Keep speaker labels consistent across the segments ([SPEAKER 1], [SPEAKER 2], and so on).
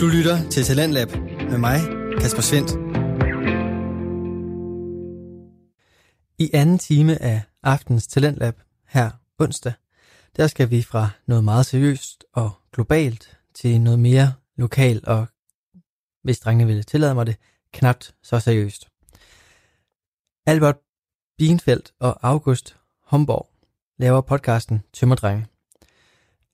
[SPEAKER 1] Du lytter til Talentlab med mig, Kasper Svendt. I anden time af aftens Talentlab her onsdag, der skal vi fra noget meget seriøst og globalt til noget mere lokal og, hvis drengene ville tillade mig det, knapt så seriøst. Albert Bienfeldt og August Homborg laver podcasten Tømmerdrenge.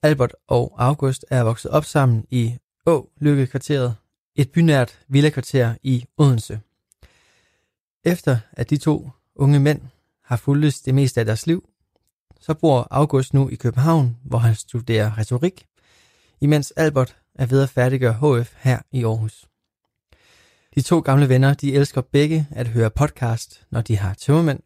[SPEAKER 1] Albert og August er vokset op sammen i Å Lykkekvarteret, et bynært villakvarter i Odense. Efter at de to unge mænd har fulgtes det meste af deres liv, så bor August nu i København, hvor han studerer retorik, imens Albert er ved at færdiggøre HF her i Aarhus. De to gamle venner, de elsker begge at høre podcast, når de har tømmermænd.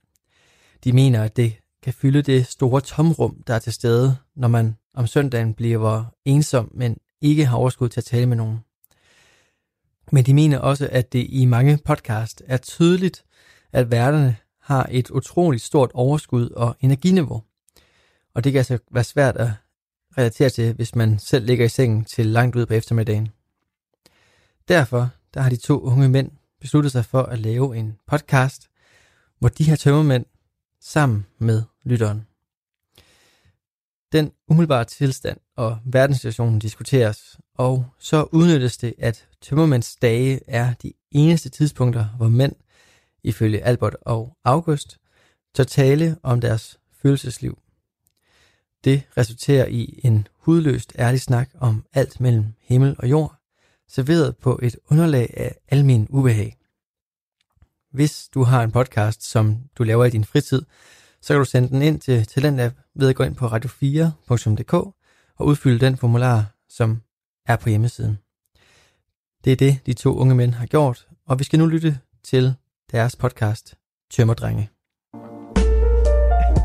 [SPEAKER 1] De mener, at det kan fylde det store tomrum, der er til stede, når man om søndagen bliver ensom, men ikke har overskud til at tale med nogen. Men de mener også, at det i mange podcast er tydeligt, at værterne har et utroligt stort overskud og energiniveau. Og det kan altså være svært at relatere til, hvis man selv ligger i sengen til langt ud på eftermiddagen. Derfor der har de to unge mænd besluttet sig for at lave en podcast, hvor de her tømmermænd sammen med lytteren. Den umiddelbare tilstand og verdenssituationen diskuteres, og så udnyttes det, at tømmermænds dage er de eneste tidspunkter, hvor mænd, ifølge Albert og August, tør tale om deres følelsesliv. Det resulterer i en hudløst ærlig snak om alt mellem himmel og jord, serveret på et underlag af almen ubehag. Hvis du har en podcast, som du laver i din fritid, så kan du sende den ind til Talentlab ved at gå ind på radio4.dk og udfylde den formular, som er på hjemmesiden. Det er det, de to unge mænd har gjort, og vi skal nu lytte til deres podcast, Tømmerdrenge.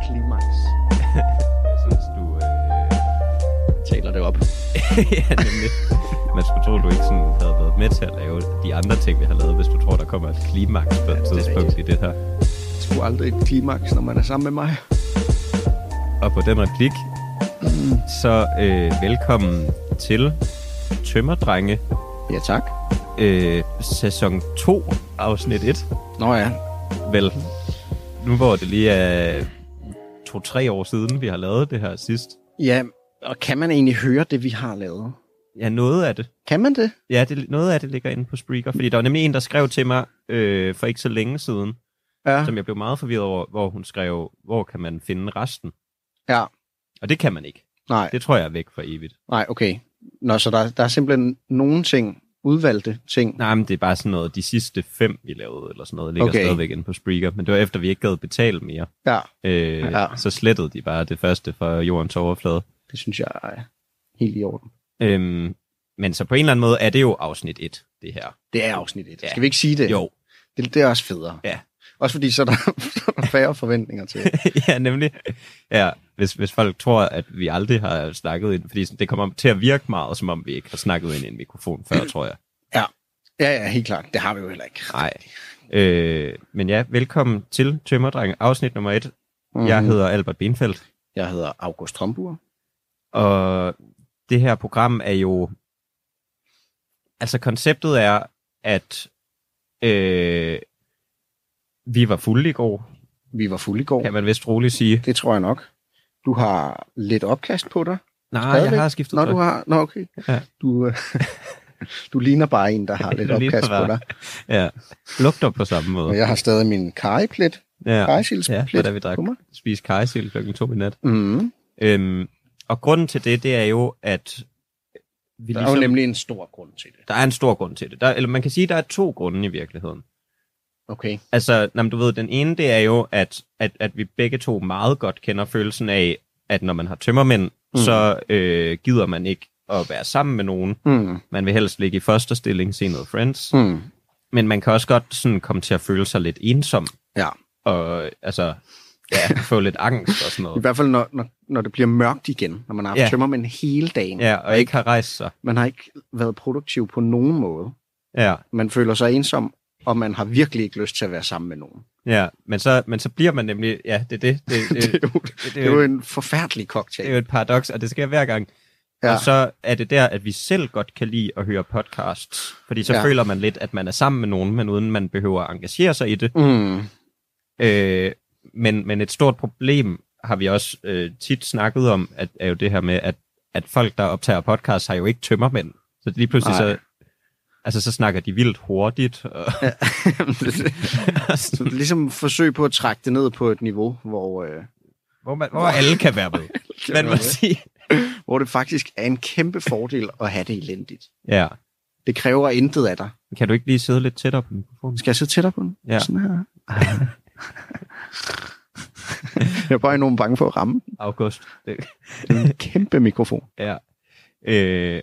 [SPEAKER 2] Klimaks. Jeg synes, du øh, taler det op.
[SPEAKER 3] ja, nemlig. Man skulle tro, du ikke sådan havde været med til at lave de andre ting, vi har lavet, hvis du tror, der kommer et klimaks
[SPEAKER 2] Ja,
[SPEAKER 3] på et
[SPEAKER 2] det er
[SPEAKER 3] tidspunkt i
[SPEAKER 2] rigtigt.
[SPEAKER 3] det her.
[SPEAKER 4] sgu aldrig et klimaks, når man er sammen med mig.
[SPEAKER 3] Og på den replik, så øh, velkommen til Tømmerdrenge,
[SPEAKER 4] Ja, tak.
[SPEAKER 3] øh, sæson 2, afsnit 1.
[SPEAKER 4] Nå ja.
[SPEAKER 3] Vel, nu hvor det lige er to-tre år siden, vi har lavet det her sidst.
[SPEAKER 4] Ja, og kan man egentlig høre det, vi har lavet?
[SPEAKER 3] Ja, noget af det.
[SPEAKER 4] Kan man det?
[SPEAKER 3] Ja, det, noget af det ligger inde på Spreaker, fordi der var nemlig en, der skrev til mig øh, for ikke så længe siden,
[SPEAKER 4] Ja.
[SPEAKER 3] som jeg blev meget forvirret over, hvor hun skrev, hvor kan man finde resten?
[SPEAKER 4] Ja.
[SPEAKER 3] Og det kan man ikke.
[SPEAKER 4] Nej,
[SPEAKER 3] Det tror jeg er væk for evigt.
[SPEAKER 4] nej, okay. Nå, så der, der er simpelthen nogle ting, udvalgte ting.
[SPEAKER 3] Nej, men det er bare sådan noget, de sidste fem, vi lavede, eller sådan noget, ligger okay.
[SPEAKER 4] Okay.
[SPEAKER 3] stadigvæk inde på Spreaker, men det var efter, vi ikke gad betale mere.
[SPEAKER 4] Ja,
[SPEAKER 3] Øh, ja.
[SPEAKER 4] Ja.
[SPEAKER 3] Så slettede de bare det første fra jordens overflade.
[SPEAKER 4] det synes jeg er helt i orden.
[SPEAKER 3] Øhm, men så på en eller anden måde er det jo afsnit 1, det her.
[SPEAKER 4] Det er afsnit 1.
[SPEAKER 3] Ja.
[SPEAKER 4] Ja. Skal vi ikke sige det?
[SPEAKER 3] Jo,
[SPEAKER 4] Det, det er også federe.
[SPEAKER 3] Ja.
[SPEAKER 4] Også fordi så er der, så er der færre forventninger til.
[SPEAKER 3] ja, nemlig. Ja, hvis, hvis folk tror, at vi aldrig har snakket ind, fordi sådan, det kommer til at virke meget, som om vi ikke har snakket ind i en mikrofon før, tror jeg.
[SPEAKER 4] Ja, ja, helt klart. Det har vi jo heller ikke.
[SPEAKER 3] Nej. Øh, men ja, velkommen til Tømmerdreng, afsnit nummer et. Mm.
[SPEAKER 4] Mhm.
[SPEAKER 3] Jeg hedder Albert Benfeldt,
[SPEAKER 4] jeg hedder August Tromburg.
[SPEAKER 3] og det her program er jo... Altså, konceptet er, at øh, vi var fulde i går,
[SPEAKER 4] Vi var fulde i går.
[SPEAKER 3] kan man vist roligt sige.
[SPEAKER 4] Det tror jeg nok. Du har lidt opkast på dig.
[SPEAKER 3] Nej, jeg
[SPEAKER 4] Stadigvæk?
[SPEAKER 3] har skiftet
[SPEAKER 4] Nå,
[SPEAKER 3] tøj.
[SPEAKER 4] du har... Nå, okay.
[SPEAKER 3] Ja.
[SPEAKER 4] Ja. Du, øh, du ligner bare en, der har lidt
[SPEAKER 3] Du ligner
[SPEAKER 4] opkast på
[SPEAKER 3] bare-
[SPEAKER 4] dig.
[SPEAKER 3] Ja, lugter på samme måde.
[SPEAKER 4] Og jeg har stadig min karriplet.
[SPEAKER 3] ja. Ja,
[SPEAKER 4] Karrejsilsplet.
[SPEAKER 3] da vi drak,
[SPEAKER 4] på mig.
[SPEAKER 3] spiste kajsild klokken to i nat.
[SPEAKER 4] Mm.
[SPEAKER 3] Øhm, og grunden til det, det er jo, at vi ligesom-
[SPEAKER 4] Der er jo nemlig en stor grund til det.
[SPEAKER 3] der er en stor grund til det. Der, eller man kan sige, at der er to grunde i virkeligheden.
[SPEAKER 4] Okay.
[SPEAKER 3] Altså, jamen, du ved, den ene, det er jo, at, at, at vi begge to meget godt kender følelsen af, at når man har tømmermænd, mm.
[SPEAKER 4] Mm.
[SPEAKER 3] så øh, gider man ikke at være sammen med nogen.
[SPEAKER 4] Mm.
[SPEAKER 3] Man vil helst ligge i fosterstilling, se noget Friends. Mm.
[SPEAKER 4] Mm.
[SPEAKER 3] Men man kan også godt sådan komme til at føle sig lidt ensom.
[SPEAKER 4] Ja.
[SPEAKER 3] Og altså, ja, få lidt angst og sådan
[SPEAKER 4] I
[SPEAKER 3] noget.
[SPEAKER 4] hvert fald, når, når, når det bliver mørkt igen. Når man har haft
[SPEAKER 3] Ja.
[SPEAKER 4] ja. tømmermænd hele dagen.
[SPEAKER 3] Ja, og ikke har rejst sig.
[SPEAKER 4] Man har ikke været produktiv på nogen måde.
[SPEAKER 3] Ja.
[SPEAKER 4] Man føler sig ensom, og man har virkelig ikke lyst til at være sammen med nogen.
[SPEAKER 3] Ja, men så, men så bliver man nemlig... Ja, det er det. Det, det,
[SPEAKER 4] Det er jo,
[SPEAKER 3] det,
[SPEAKER 4] det er jo en forfærdelig
[SPEAKER 3] det
[SPEAKER 4] cocktail.
[SPEAKER 3] er jo et paradoks, og det sker hver gang. Ja. Og så er det der, at vi selv godt kan lide at høre podcasts. Fordi så
[SPEAKER 4] Ja.
[SPEAKER 3] ja. føler man lidt, at man er sammen med nogen, men uden man behøver at engagere sig i det.
[SPEAKER 4] Mm.
[SPEAKER 3] Øh, men, men et stort problem har vi også øh, tit snakket om, at, er jo det her med, at, at folk, der optager podcasts, har jo ikke tømmermænd. Så lige pludselig
[SPEAKER 4] Nej.
[SPEAKER 3] så, altså, så snakker de vildt hurtigt. Og, og sådan,
[SPEAKER 4] ligesom forsøg på at trække det ned på et niveau, hvor, øh,
[SPEAKER 3] hvor, man, hvor alle kan være med. man må sige.
[SPEAKER 4] hvor det faktisk er en kæmpe fordel at have det elendigt.
[SPEAKER 3] Ja.
[SPEAKER 4] Det kræver intet af dig.
[SPEAKER 3] Kan du ikke lige sidde lidt tættere på mikrofonen?
[SPEAKER 4] Skal jeg sidde tættere på den?
[SPEAKER 3] Ja.
[SPEAKER 4] Sådan her. jeg er bare enormt bange for at ramme den.
[SPEAKER 3] August. Det,
[SPEAKER 4] Det er en kæmpe mikrofon.
[SPEAKER 3] Ja. Øh,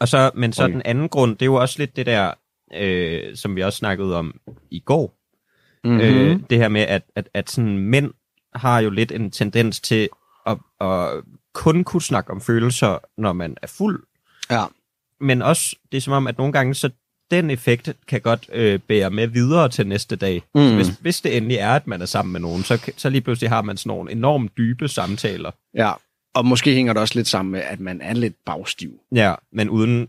[SPEAKER 3] og så, men så
[SPEAKER 4] Okay.
[SPEAKER 3] den anden grund, det er jo også lidt det der, øh, som vi også snakkede om i går.
[SPEAKER 4] Mm-hmm.
[SPEAKER 3] Øh, det her med, at, at, at sådan, mænd har jo lidt en tendens til at, at kun kunne snakke om følelser, når man er fuld.
[SPEAKER 4] Ja.
[SPEAKER 3] Men også, det er som om, at nogle gange, så den effekt kan godt øh, bære med videre til næste dag.
[SPEAKER 4] Mm.
[SPEAKER 3] Mm. Hvis, hvis det endelig er, at man er sammen med nogen, så, kan- så lige pludselig har man sådan nogle enormt dybe samtaler.
[SPEAKER 4] Ja, og måske hænger det også lidt sammen med, at man er lidt bagstiv.
[SPEAKER 3] Ja, men uden...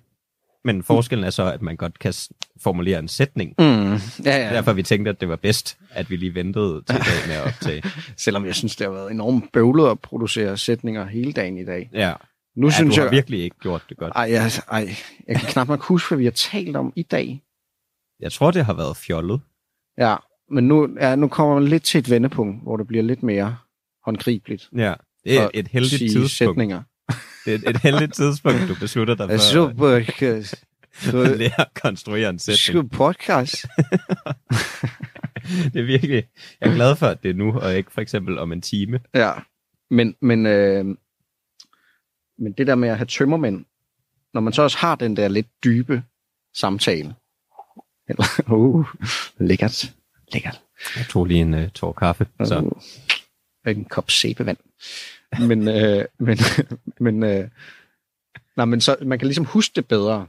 [SPEAKER 3] Men forskellen er så, at man godt kan s- formulere en sætning.
[SPEAKER 4] Mm. Ja,
[SPEAKER 3] Ja.
[SPEAKER 4] ja.
[SPEAKER 3] Derfor vi tænkte, at det var bedst, at vi lige ventede til i dag med at optage.
[SPEAKER 4] Selvom jeg synes, det har været enormt bøvlet at producere sætninger hele dagen i dag.
[SPEAKER 3] Ja,
[SPEAKER 4] Nu ja,
[SPEAKER 3] ja
[SPEAKER 4] synes
[SPEAKER 3] du har
[SPEAKER 4] jeg...
[SPEAKER 3] virkelig ikke gjort det godt.
[SPEAKER 4] Ej, jeg, ej, jeg kan knap nok huske, hvad vi har talt om i dag.
[SPEAKER 3] Jeg tror, det har været fjollet.
[SPEAKER 4] Ja, men nu, ja, nu kommer man lidt til et vendepunkt, hvor det bliver lidt mere håndgribeligt.
[SPEAKER 3] Ja, det er
[SPEAKER 4] Og
[SPEAKER 3] et, et heldigt
[SPEAKER 4] sige
[SPEAKER 3] tidspunkt. Altså,
[SPEAKER 4] sætninger.
[SPEAKER 3] Det er et, et heldigt tidspunkt, du beslutter dig
[SPEAKER 4] Jeg
[SPEAKER 3] for
[SPEAKER 4] så
[SPEAKER 3] at-
[SPEAKER 4] podcast.
[SPEAKER 3] at
[SPEAKER 4] Så
[SPEAKER 3] lære at konstruere en sætning.
[SPEAKER 4] så podcast.
[SPEAKER 3] Det er virkelig... Jeg er glad for, at det er nu, og ikke for eksempel om en time.
[SPEAKER 4] Ja, men, men, øh, men det der med at have tømmermænd, når man så også har den der lidt dybe samtale. Eller, uh, lækkert, lækkert.
[SPEAKER 3] Jeg tog lige en uh, tår kaffe, så...
[SPEAKER 4] Uh, en kop sæbevand. Men, øh, men, men, øh, nej, men så, man kan ligesom huske det bedre.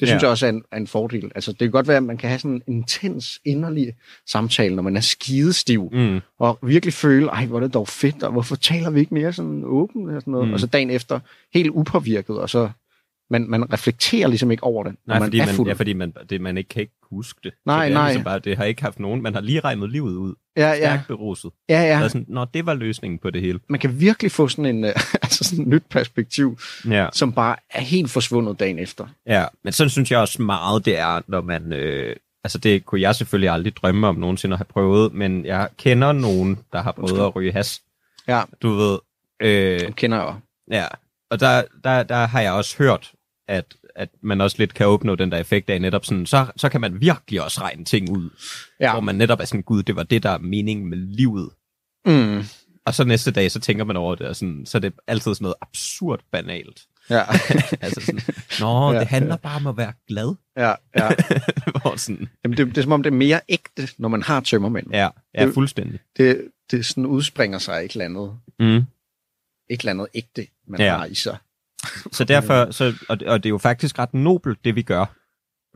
[SPEAKER 4] Det synes
[SPEAKER 3] Ja.
[SPEAKER 4] ja. jeg også er en, er en fordel. Altså, det kan godt være, at man kan have sådan en intens, inderlig samtale, når man er skidestiv.
[SPEAKER 3] Mm,
[SPEAKER 4] og virkelig føle, ej, hvor er det dog fedt, og hvorfor taler vi ikke mere sådan åbent, og sådan noget. Mm.
[SPEAKER 3] Mm.
[SPEAKER 4] Og så dagen efter, helt upåvirket, og så, man, man reflekterer ligesom ikke over det, når
[SPEAKER 3] nej,
[SPEAKER 4] man
[SPEAKER 3] fordi
[SPEAKER 4] er
[SPEAKER 3] man,
[SPEAKER 4] fuld.
[SPEAKER 3] ja, fordi man, det, man ikke kan ikke huske det. Så
[SPEAKER 4] Nej,
[SPEAKER 3] det er
[SPEAKER 4] nej.
[SPEAKER 3] Ligesom bare, det har ikke haft nogen. Man har lige regnet livet ud.
[SPEAKER 4] ja, ja,
[SPEAKER 3] Stærkt beruset.
[SPEAKER 4] ja, ja.
[SPEAKER 3] Og sådan, Nå, det var løsningen på det hele.
[SPEAKER 4] Man kan virkelig få sådan en, øh, altså sådan et nyt perspektiv,
[SPEAKER 3] Ja.
[SPEAKER 4] som bare er helt forsvundet dagen efter.
[SPEAKER 3] ja. Men sådan synes jeg også meget, det er, når man... Øh, altså, det kunne jeg selvfølgelig aldrig drømme om nogensinde at have prøvet, men jeg kender nogen, der har prøvet at ryge has.
[SPEAKER 4] Ja.
[SPEAKER 3] Du ved... Øh,
[SPEAKER 4] Det kender jeg jo.
[SPEAKER 3] ja. Og der, der, der har jeg også hørt, at, at man også lidt kan opnå den der effekt af netop sådan, så, så kan man virkelig også regne ting ud. Ja.
[SPEAKER 4] Ja.
[SPEAKER 3] Hvor man netop er sådan, gud, det var det, der er meningen med livet.
[SPEAKER 4] Mm.
[SPEAKER 3] Og så næste dag, så tænker man over det, og sådan, så er det altid sådan noget absurd banalt.
[SPEAKER 4] Ja,
[SPEAKER 3] altså sådan, Nå,
[SPEAKER 4] Ja,
[SPEAKER 3] det handler bare om at være glad.
[SPEAKER 4] ja, ja.
[SPEAKER 3] Hvor sådan,
[SPEAKER 4] Jamen, det, det er som om, det er mere ægte, når man har tømmermænd.
[SPEAKER 3] ja, ja,
[SPEAKER 4] Det-
[SPEAKER 3] fuldstændig.
[SPEAKER 4] Det, det sådan udspringer sig af et eller andet,
[SPEAKER 3] Mm.
[SPEAKER 4] et eller andet ægte, man
[SPEAKER 3] Ja.
[SPEAKER 4] har i sig.
[SPEAKER 3] Så derfor, så, og, og det er jo faktisk ret nobelt, det vi gør.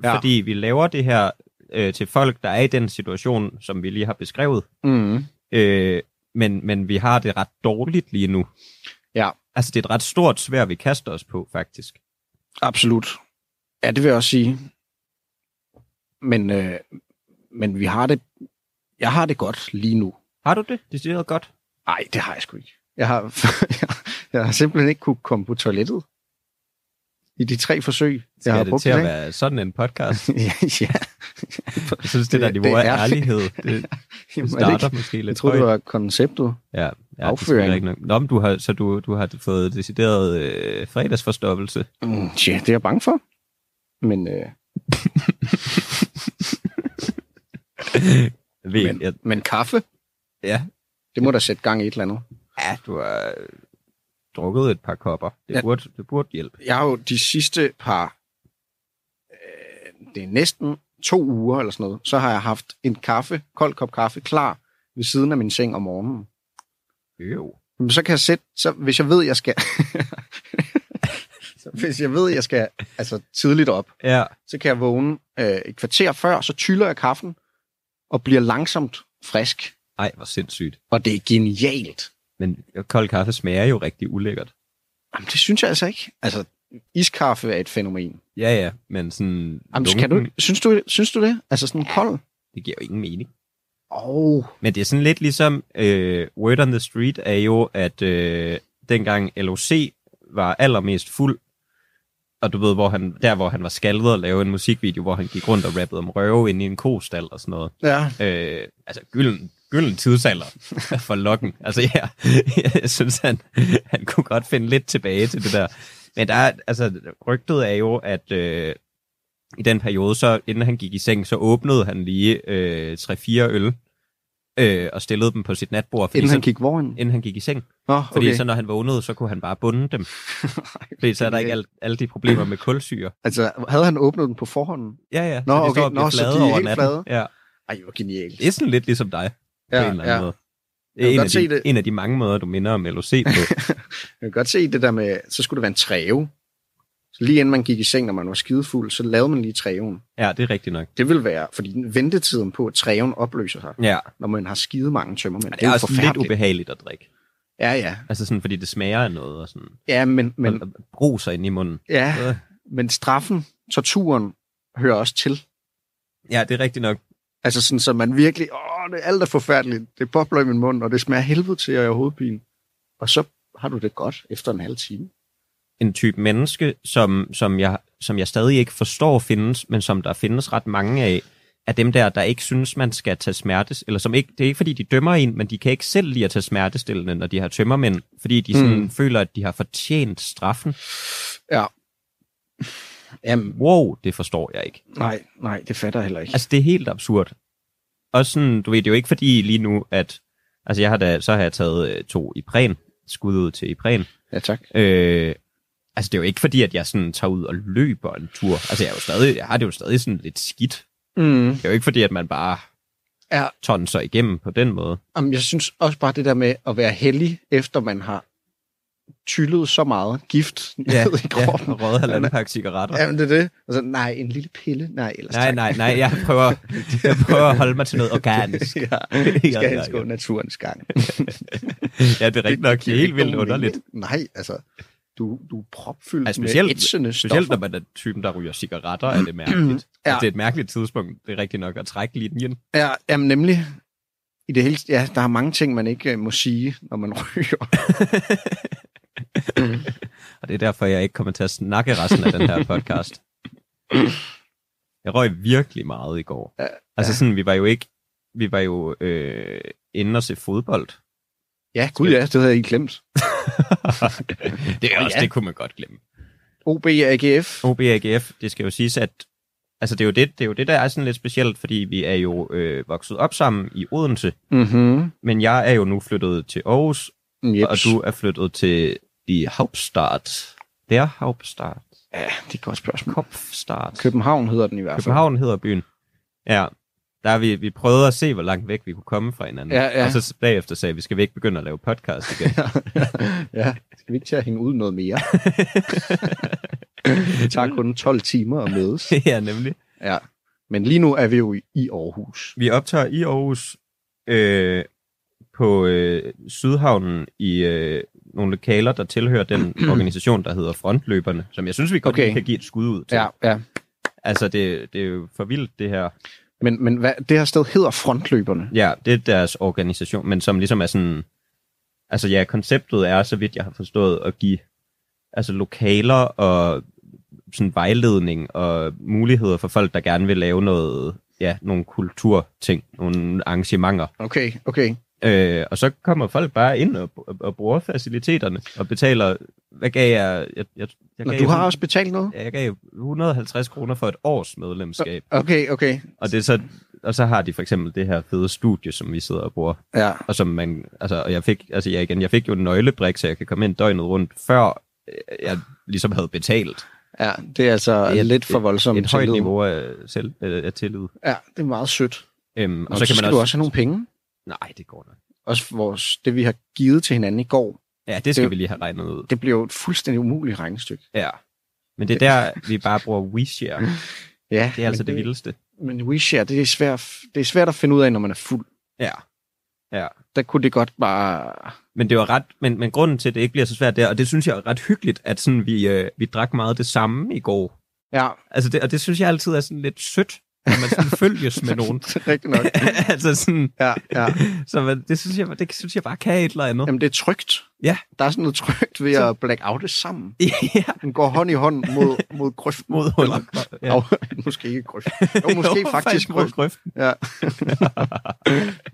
[SPEAKER 4] Ja.
[SPEAKER 3] Ja. Fordi vi laver det her øh, til folk, der er i den situation, som vi lige har beskrevet.
[SPEAKER 4] Mm.
[SPEAKER 3] Øh, men, men vi har det ret dårligt lige nu.
[SPEAKER 4] Ja.
[SPEAKER 3] Altså, det er et ret stort svær, vi kaster os på, faktisk.
[SPEAKER 4] Absolut. Ja, det vil jeg også sige. Men, øh, men vi har det... Jeg har det godt lige nu.
[SPEAKER 3] Har du det? Det siger godt.
[SPEAKER 4] Nej, det har jeg sgu ikke. Jeg har, jeg har simpelthen ikke kunne komme på toilettet. I de tre forsøg,
[SPEAKER 3] Skal
[SPEAKER 4] jeg har
[SPEAKER 3] det
[SPEAKER 4] brugt
[SPEAKER 3] til at
[SPEAKER 4] i dag.
[SPEAKER 3] være sådan en podcast?
[SPEAKER 4] ja, ja.
[SPEAKER 3] Jeg synes, det,
[SPEAKER 4] Det-
[SPEAKER 3] der niveau af
[SPEAKER 4] det er-
[SPEAKER 3] ærlighed, det,
[SPEAKER 4] Jamen,
[SPEAKER 3] det
[SPEAKER 4] er det
[SPEAKER 3] starter
[SPEAKER 4] ikke?
[SPEAKER 3] måske lidt
[SPEAKER 4] Jeg troede,
[SPEAKER 3] højt.
[SPEAKER 4] det var konceptet.
[SPEAKER 3] Ja, ja det er
[SPEAKER 4] Afføring.
[SPEAKER 3] selvfølgelig rigtigt nok. Nå, men du har, så du, du har fået decideret øh, fredagsforstoppelse.
[SPEAKER 4] Mm, ja, det er jeg bange for. Men, øh,
[SPEAKER 3] Ved,
[SPEAKER 4] men,
[SPEAKER 3] jeg,
[SPEAKER 4] men kaffe,
[SPEAKER 3] ja.
[SPEAKER 4] det må da sætte gang i et eller andet.
[SPEAKER 3] ja, du har øh, drukket et par kopper.
[SPEAKER 4] Ja.
[SPEAKER 3] Det, ja. burde, det burde hjælpe.
[SPEAKER 4] jeg har jo de sidste par, øh, det er næsten to uger eller sådan noget, så har jeg haft en kaffe, kold kop kaffe, klar ved siden af min seng om morgenen.
[SPEAKER 3] Jo.
[SPEAKER 4] Jamen, Så kan jeg sætte, så hvis jeg ved, jeg skal, så hvis jeg ved, jeg skal altså tidligt op,
[SPEAKER 3] Ja,
[SPEAKER 4] så kan jeg vågne øh, et kvarter før, så tyller jeg kaffen og bliver langsomt frisk.
[SPEAKER 3] ej, hvor sindssygt.
[SPEAKER 4] Og det er genialt.
[SPEAKER 3] Men kold kaffe smager jo rigtig ulækkert.
[SPEAKER 4] Jamen, det synes jeg altså ikke. Altså, iskaffe er et fænomen.
[SPEAKER 3] Ja, ja, men sådan...
[SPEAKER 4] Jamen, skal du, ikke- synes, du, synes du det? Altså sådan kold?
[SPEAKER 3] Det giver jo ingen mening.
[SPEAKER 4] Åh, oh,
[SPEAKER 3] Men det er sådan lidt ligesom... Øh, word on the street er jo, at øh, dengang LOC var allermest fuld, og du ved, hvor han, der hvor han var skaldet og lavede en musikvideo, hvor han gik rundt og rappede om røve inde i en kostal og sådan noget.
[SPEAKER 4] ja.
[SPEAKER 3] øh, altså gylden, gylden tidsalder for lokken. Altså ja, jeg synes, han, han kunne godt finde lidt tilbage til det der. Men der er, altså, rygtet er jo, at øh, i den periode, så inden han gik i seng, så åbnede han lige øh, 3-4 øl øh, og stillede dem på sit natbord, fordi
[SPEAKER 4] Inden han
[SPEAKER 3] så,
[SPEAKER 4] gik hvorhen?
[SPEAKER 3] inden han gik i seng.
[SPEAKER 4] Nå,
[SPEAKER 3] Fordi
[SPEAKER 4] okay.
[SPEAKER 3] så når han vågnede, så kunne han bare bunde dem. Fordi så er der ikke alle, alle de problemer med kulsyre.
[SPEAKER 4] Altså, havde han åbnet den på forhånden?
[SPEAKER 3] Ja, ja.
[SPEAKER 4] Nå,
[SPEAKER 3] så
[SPEAKER 4] okay.
[SPEAKER 3] de står og bliver
[SPEAKER 4] Nå, så
[SPEAKER 3] flade
[SPEAKER 4] de er
[SPEAKER 3] over
[SPEAKER 4] helt
[SPEAKER 3] natten.
[SPEAKER 4] flade.
[SPEAKER 3] Ja.
[SPEAKER 4] Ej, hvor genialt.
[SPEAKER 3] Det er sådan lidt ligesom dig ja, på en eller anden ja. måde. Det
[SPEAKER 4] Jeg
[SPEAKER 3] er
[SPEAKER 4] kan
[SPEAKER 3] en
[SPEAKER 4] godt
[SPEAKER 3] af,
[SPEAKER 4] se
[SPEAKER 3] de,
[SPEAKER 4] det.
[SPEAKER 3] en af de mange måder, du minder om LOC på.
[SPEAKER 4] Jeg kan godt se det der med, så skulle det være en træve. Så lige inden man gik i seng, når man var skidefuld, så lavede man lige træven.
[SPEAKER 3] ja, det er rigtigt nok.
[SPEAKER 4] Det vil være, fordi den ventetiden på, at træven opløser sig,
[SPEAKER 3] Ja,
[SPEAKER 4] når man har skide mange tømmermænd.
[SPEAKER 3] det er,
[SPEAKER 4] jo
[SPEAKER 3] også lidt
[SPEAKER 4] forfærdeligt.
[SPEAKER 3] ubehageligt at drikke.
[SPEAKER 4] Ja, ja.
[SPEAKER 3] Altså sådan, fordi det smager af noget og sådan.
[SPEAKER 4] Ja, men, men,
[SPEAKER 3] Men, bruser ind i munden.
[SPEAKER 4] ja,
[SPEAKER 3] Øh.
[SPEAKER 4] men straffen, torturen, hører også til.
[SPEAKER 3] Ja, det er rigtigt nok.
[SPEAKER 4] Altså sådan, så man virkelig, åh, det er alt er forfærdeligt, det bobler i min mund, og det smager helvede til, og jeg har hovedpine. Og så har du det godt efter en halv time.
[SPEAKER 3] En type menneske, som, som, jeg, som jeg stadig ikke forstår findes, men som der findes ret mange af, af dem der, der ikke synes, man skal tage smertes, eller som ikke, det er ikke fordi, de dømmer en, men de kan ikke selv lide at tage smertestillende, når de har tømmermænd, fordi de sådan
[SPEAKER 4] Mm.
[SPEAKER 3] føler, at de har fortjent straffen.
[SPEAKER 4] Ja. Jamen,
[SPEAKER 3] Wow, det forstår jeg ikke.
[SPEAKER 4] nej, nej, det fatter jeg heller ikke.
[SPEAKER 3] Altså, det er helt absurd. Og sådan, du ved, det er jo ikke fordi lige nu, at... Altså, jeg har da, så har jeg taget øh, to i præn. Skud ud til i præn.
[SPEAKER 4] ja, tak.
[SPEAKER 3] Øh, altså, det er jo ikke fordi, at jeg sådan tager ud og løber en tur. Altså, jeg, er jo stadig, jeg har det jo stadig sådan lidt skidt.
[SPEAKER 4] Mm.
[SPEAKER 3] Det er jo ikke fordi, at man bare
[SPEAKER 4] Ja.
[SPEAKER 3] tonser igennem på den måde.
[SPEAKER 4] Jamen, jeg synes også bare det der med at være heldig, efter man har tyllet så meget gift ned i kroppen.
[SPEAKER 3] og røde halvanden pakke cigaretter.
[SPEAKER 4] Jamen, det er det. Altså, nej, en lille pille. Nej, ellers
[SPEAKER 3] Nej,
[SPEAKER 4] tak.
[SPEAKER 3] nej, nej, jeg prøver, jeg prøver at holde mig til noget organisk.
[SPEAKER 4] ja,
[SPEAKER 3] Ja,
[SPEAKER 4] skal
[SPEAKER 3] ja,
[SPEAKER 4] helst
[SPEAKER 3] ja.
[SPEAKER 4] gå naturens gang.
[SPEAKER 3] Ja, det er rigtigt nok det
[SPEAKER 4] giver
[SPEAKER 3] er helt
[SPEAKER 4] ikke
[SPEAKER 3] vildt
[SPEAKER 4] nogen
[SPEAKER 3] underligt.
[SPEAKER 4] mening. Nej, altså, du, du er propfyldt
[SPEAKER 3] Altså,
[SPEAKER 4] altså,
[SPEAKER 3] specielt-
[SPEAKER 4] med ætsende
[SPEAKER 3] Specielt
[SPEAKER 4] stoffer.
[SPEAKER 3] når man er typen, der ryger cigaretter, er det mærkeligt. ja.
[SPEAKER 4] Ja.
[SPEAKER 3] Det er et mærkeligt tidspunkt, det er rigtigt nok, at trække linjen.
[SPEAKER 4] Ja, jamen nemlig. I det hele, ja, der er mange ting, man ikke øh, må sige, når man ryger.
[SPEAKER 3] Og det er derfor, jeg ikke kommer til at snakke resten af den her podcast. Jeg røg virkelig meget i går.
[SPEAKER 4] Ja,
[SPEAKER 3] altså sådan, vi var jo ikke, vi var jo øh, inde og se fodbold.
[SPEAKER 4] Ja, gud ja, det havde jeg ikke glemt.
[SPEAKER 3] det er også,
[SPEAKER 4] ja.
[SPEAKER 3] det kunne man godt glemme.
[SPEAKER 4] OB og AGF.
[SPEAKER 3] OBAGF, det skal jo siges, at altså det er jo det, det er jo det, der er sådan lidt specielt, fordi vi er jo øh, vokset op sammen i Odense,
[SPEAKER 4] Mm-hmm.
[SPEAKER 3] men jeg er jo nu flyttet til Aarhus, Og
[SPEAKER 4] Jeps.
[SPEAKER 3] du er flyttet til de Hauptstadt. Der Hauptstadt.
[SPEAKER 4] Ja, det er et godt spørgsmål.
[SPEAKER 3] Kopfstart.
[SPEAKER 4] København hedder den i hvert fald.
[SPEAKER 3] København hedder byen. Ja. Der vi, vi prøvede at se, hvor langt væk vi kunne komme fra hinanden.
[SPEAKER 4] Ja, ja.
[SPEAKER 3] Og så bagefter sagde vi, skal vi ikke begynde at lave podcast igen?
[SPEAKER 4] ja, skal vi ikke til at hænge ud noget mere? det tager kun 12 timer at mødes.
[SPEAKER 3] ja, nemlig.
[SPEAKER 4] Ja. Men lige nu er vi jo i i Aarhus.
[SPEAKER 3] Vi optager i Aarhus øh, på øh, Sydhavnen i øh, nogle lokaler, der tilhører den organisation, der hedder Frontløberne, som jeg synes, vi godt
[SPEAKER 4] Okay.
[SPEAKER 3] okay. kan give et skud ud til.
[SPEAKER 4] ja.
[SPEAKER 3] Altså, det, det er jo for vildt, det her.
[SPEAKER 4] Men, men hvad, det her sted hedder Frontløberne.
[SPEAKER 3] Ja, det er deres organisation, men som ligesom er sådan... Altså ja, konceptet er, så vidt jeg har forstået, at give altså lokaler og sådan vejledning og muligheder for folk, der gerne vil lave noget, ja, nogle kulturting, nogle arrangementer.
[SPEAKER 4] Okay, okay.
[SPEAKER 3] Øh, og så kommer folk bare ind og, og, og bruger faciliteterne og betaler, hvad gav jeg? jeg, jeg, jeg
[SPEAKER 4] Nå,
[SPEAKER 3] gav
[SPEAKER 4] du har
[SPEAKER 3] hun-
[SPEAKER 4] også betalt noget?
[SPEAKER 3] Ja, jeg gav 150 kroner for et års medlemskab.
[SPEAKER 4] Okay, okay.
[SPEAKER 3] Og, det er så, og så har de for eksempel det her fede studie, som vi sidder og bruger
[SPEAKER 4] Ja,
[SPEAKER 3] og som man, altså, og jeg fik, altså jeg, igen, jeg fik jo en nøglebrik, så jeg kan komme ind døgnet rundt, før øh, jeg ligesom havde betalt
[SPEAKER 4] ja det er altså
[SPEAKER 3] Det er
[SPEAKER 4] det, lidt for
[SPEAKER 3] et-
[SPEAKER 4] voldsomt.
[SPEAKER 3] et højt
[SPEAKER 4] tillid.
[SPEAKER 3] niveau af, selv, øh, af tillid.
[SPEAKER 4] Ja, det er meget sødt.
[SPEAKER 3] Øhm,
[SPEAKER 4] Og så, kan man skal også... du også have nogle penge.
[SPEAKER 3] Nej, det går nok.
[SPEAKER 4] Også vores, det, vi har givet til hinanden i går,
[SPEAKER 3] Ja, det skal
[SPEAKER 4] Det-
[SPEAKER 3] vi lige have regnet ud.
[SPEAKER 4] det bliver jo et fuldstændig umuligt regnestykke.
[SPEAKER 3] Ja. Men det er der, vi bare bruger WeShare.
[SPEAKER 4] Ja,
[SPEAKER 3] Det er altså
[SPEAKER 4] men
[SPEAKER 3] det vildeste.
[SPEAKER 4] Men WeShare, det er, svært, det er svært at finde ud af, når man er fuld.
[SPEAKER 3] Ja. Ja.
[SPEAKER 4] Der kunne det godt bare...
[SPEAKER 3] Men det var ret, men, men grunden til, at det ikke bliver så svært der, og det synes jeg er ret hyggeligt, at sådan, vi, øh, vi drak meget det samme i går.
[SPEAKER 4] Ja,
[SPEAKER 3] Altså det, og det synes jeg altid er sådan lidt sødt, når man sådan følges med nogen.
[SPEAKER 4] rigtig nok.
[SPEAKER 3] altså sådan,
[SPEAKER 4] Ja, ja.
[SPEAKER 3] så man, det, synes jeg, det synes jeg bare kan et eller andet.
[SPEAKER 4] Jamen, det er trygt.
[SPEAKER 3] Ja.
[SPEAKER 4] Der er sådan noget trygt ved
[SPEAKER 3] Så-
[SPEAKER 4] at black oute sammen.
[SPEAKER 3] ja,
[SPEAKER 4] Den går hånd i hånd mod, mod grøften.
[SPEAKER 3] mod huller.
[SPEAKER 4] Ja. måske ikke grøften. Jo, måske
[SPEAKER 3] Jo,
[SPEAKER 4] faktisk
[SPEAKER 3] mod
[SPEAKER 4] grøften.
[SPEAKER 3] grøften.
[SPEAKER 4] Ja.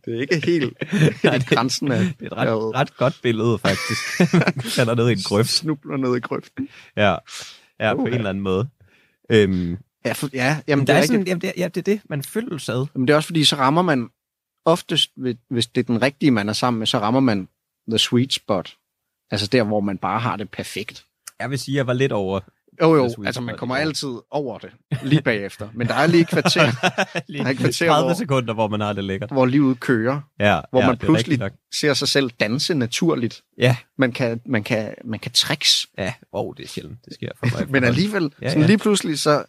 [SPEAKER 4] det er ikke helt,
[SPEAKER 3] Nej,
[SPEAKER 4] helt
[SPEAKER 3] det,
[SPEAKER 4] grænsen af.
[SPEAKER 3] det er et ret,
[SPEAKER 4] Jo.
[SPEAKER 3] ret godt billede, faktisk. man er nede i en grøft.
[SPEAKER 4] Snubler ned i grøften.
[SPEAKER 3] Ja, ja på
[SPEAKER 4] Uha.
[SPEAKER 3] en eller anden måde. Øhm,
[SPEAKER 4] Ja, for, ja jamen, det
[SPEAKER 3] der
[SPEAKER 4] er,
[SPEAKER 3] er
[SPEAKER 4] rigtigt.
[SPEAKER 3] sådan, jamen, det, er- ja, det er det. Man følges ad.
[SPEAKER 4] Jamen, det er også fordi, så rammer man oftest, ved- hvis det er den rigtige, man er sammen med, så rammer man the sweet spot. Altså der, hvor man bare har det perfekt.
[SPEAKER 3] Jeg vil sige, at jeg var lidt over
[SPEAKER 4] Jo
[SPEAKER 3] The
[SPEAKER 4] jo,
[SPEAKER 3] sweet
[SPEAKER 4] altså man
[SPEAKER 3] spot,
[SPEAKER 4] kommer
[SPEAKER 3] ja.
[SPEAKER 4] altid over det, lige bagefter. Men der er lige et kvarter,
[SPEAKER 3] lige
[SPEAKER 4] Der er et kvarter,
[SPEAKER 3] 30
[SPEAKER 4] hvor-
[SPEAKER 3] sekunder, hvor man har det lækkert.
[SPEAKER 4] hvor livet kører.
[SPEAKER 3] Ja,
[SPEAKER 4] Hvor
[SPEAKER 3] ja,
[SPEAKER 4] man
[SPEAKER 3] det er
[SPEAKER 4] pludselig-
[SPEAKER 3] rigtigt nok.
[SPEAKER 4] Ser sig selv danse naturligt.
[SPEAKER 3] Ja.
[SPEAKER 4] Man kan, man kan, man kan tricks.
[SPEAKER 3] Ja, wow, det er sjældent, det sker for mig.
[SPEAKER 4] Men alligevel,
[SPEAKER 3] Ja,
[SPEAKER 4] ja, sådan
[SPEAKER 3] ja.
[SPEAKER 4] lige pludselig, så,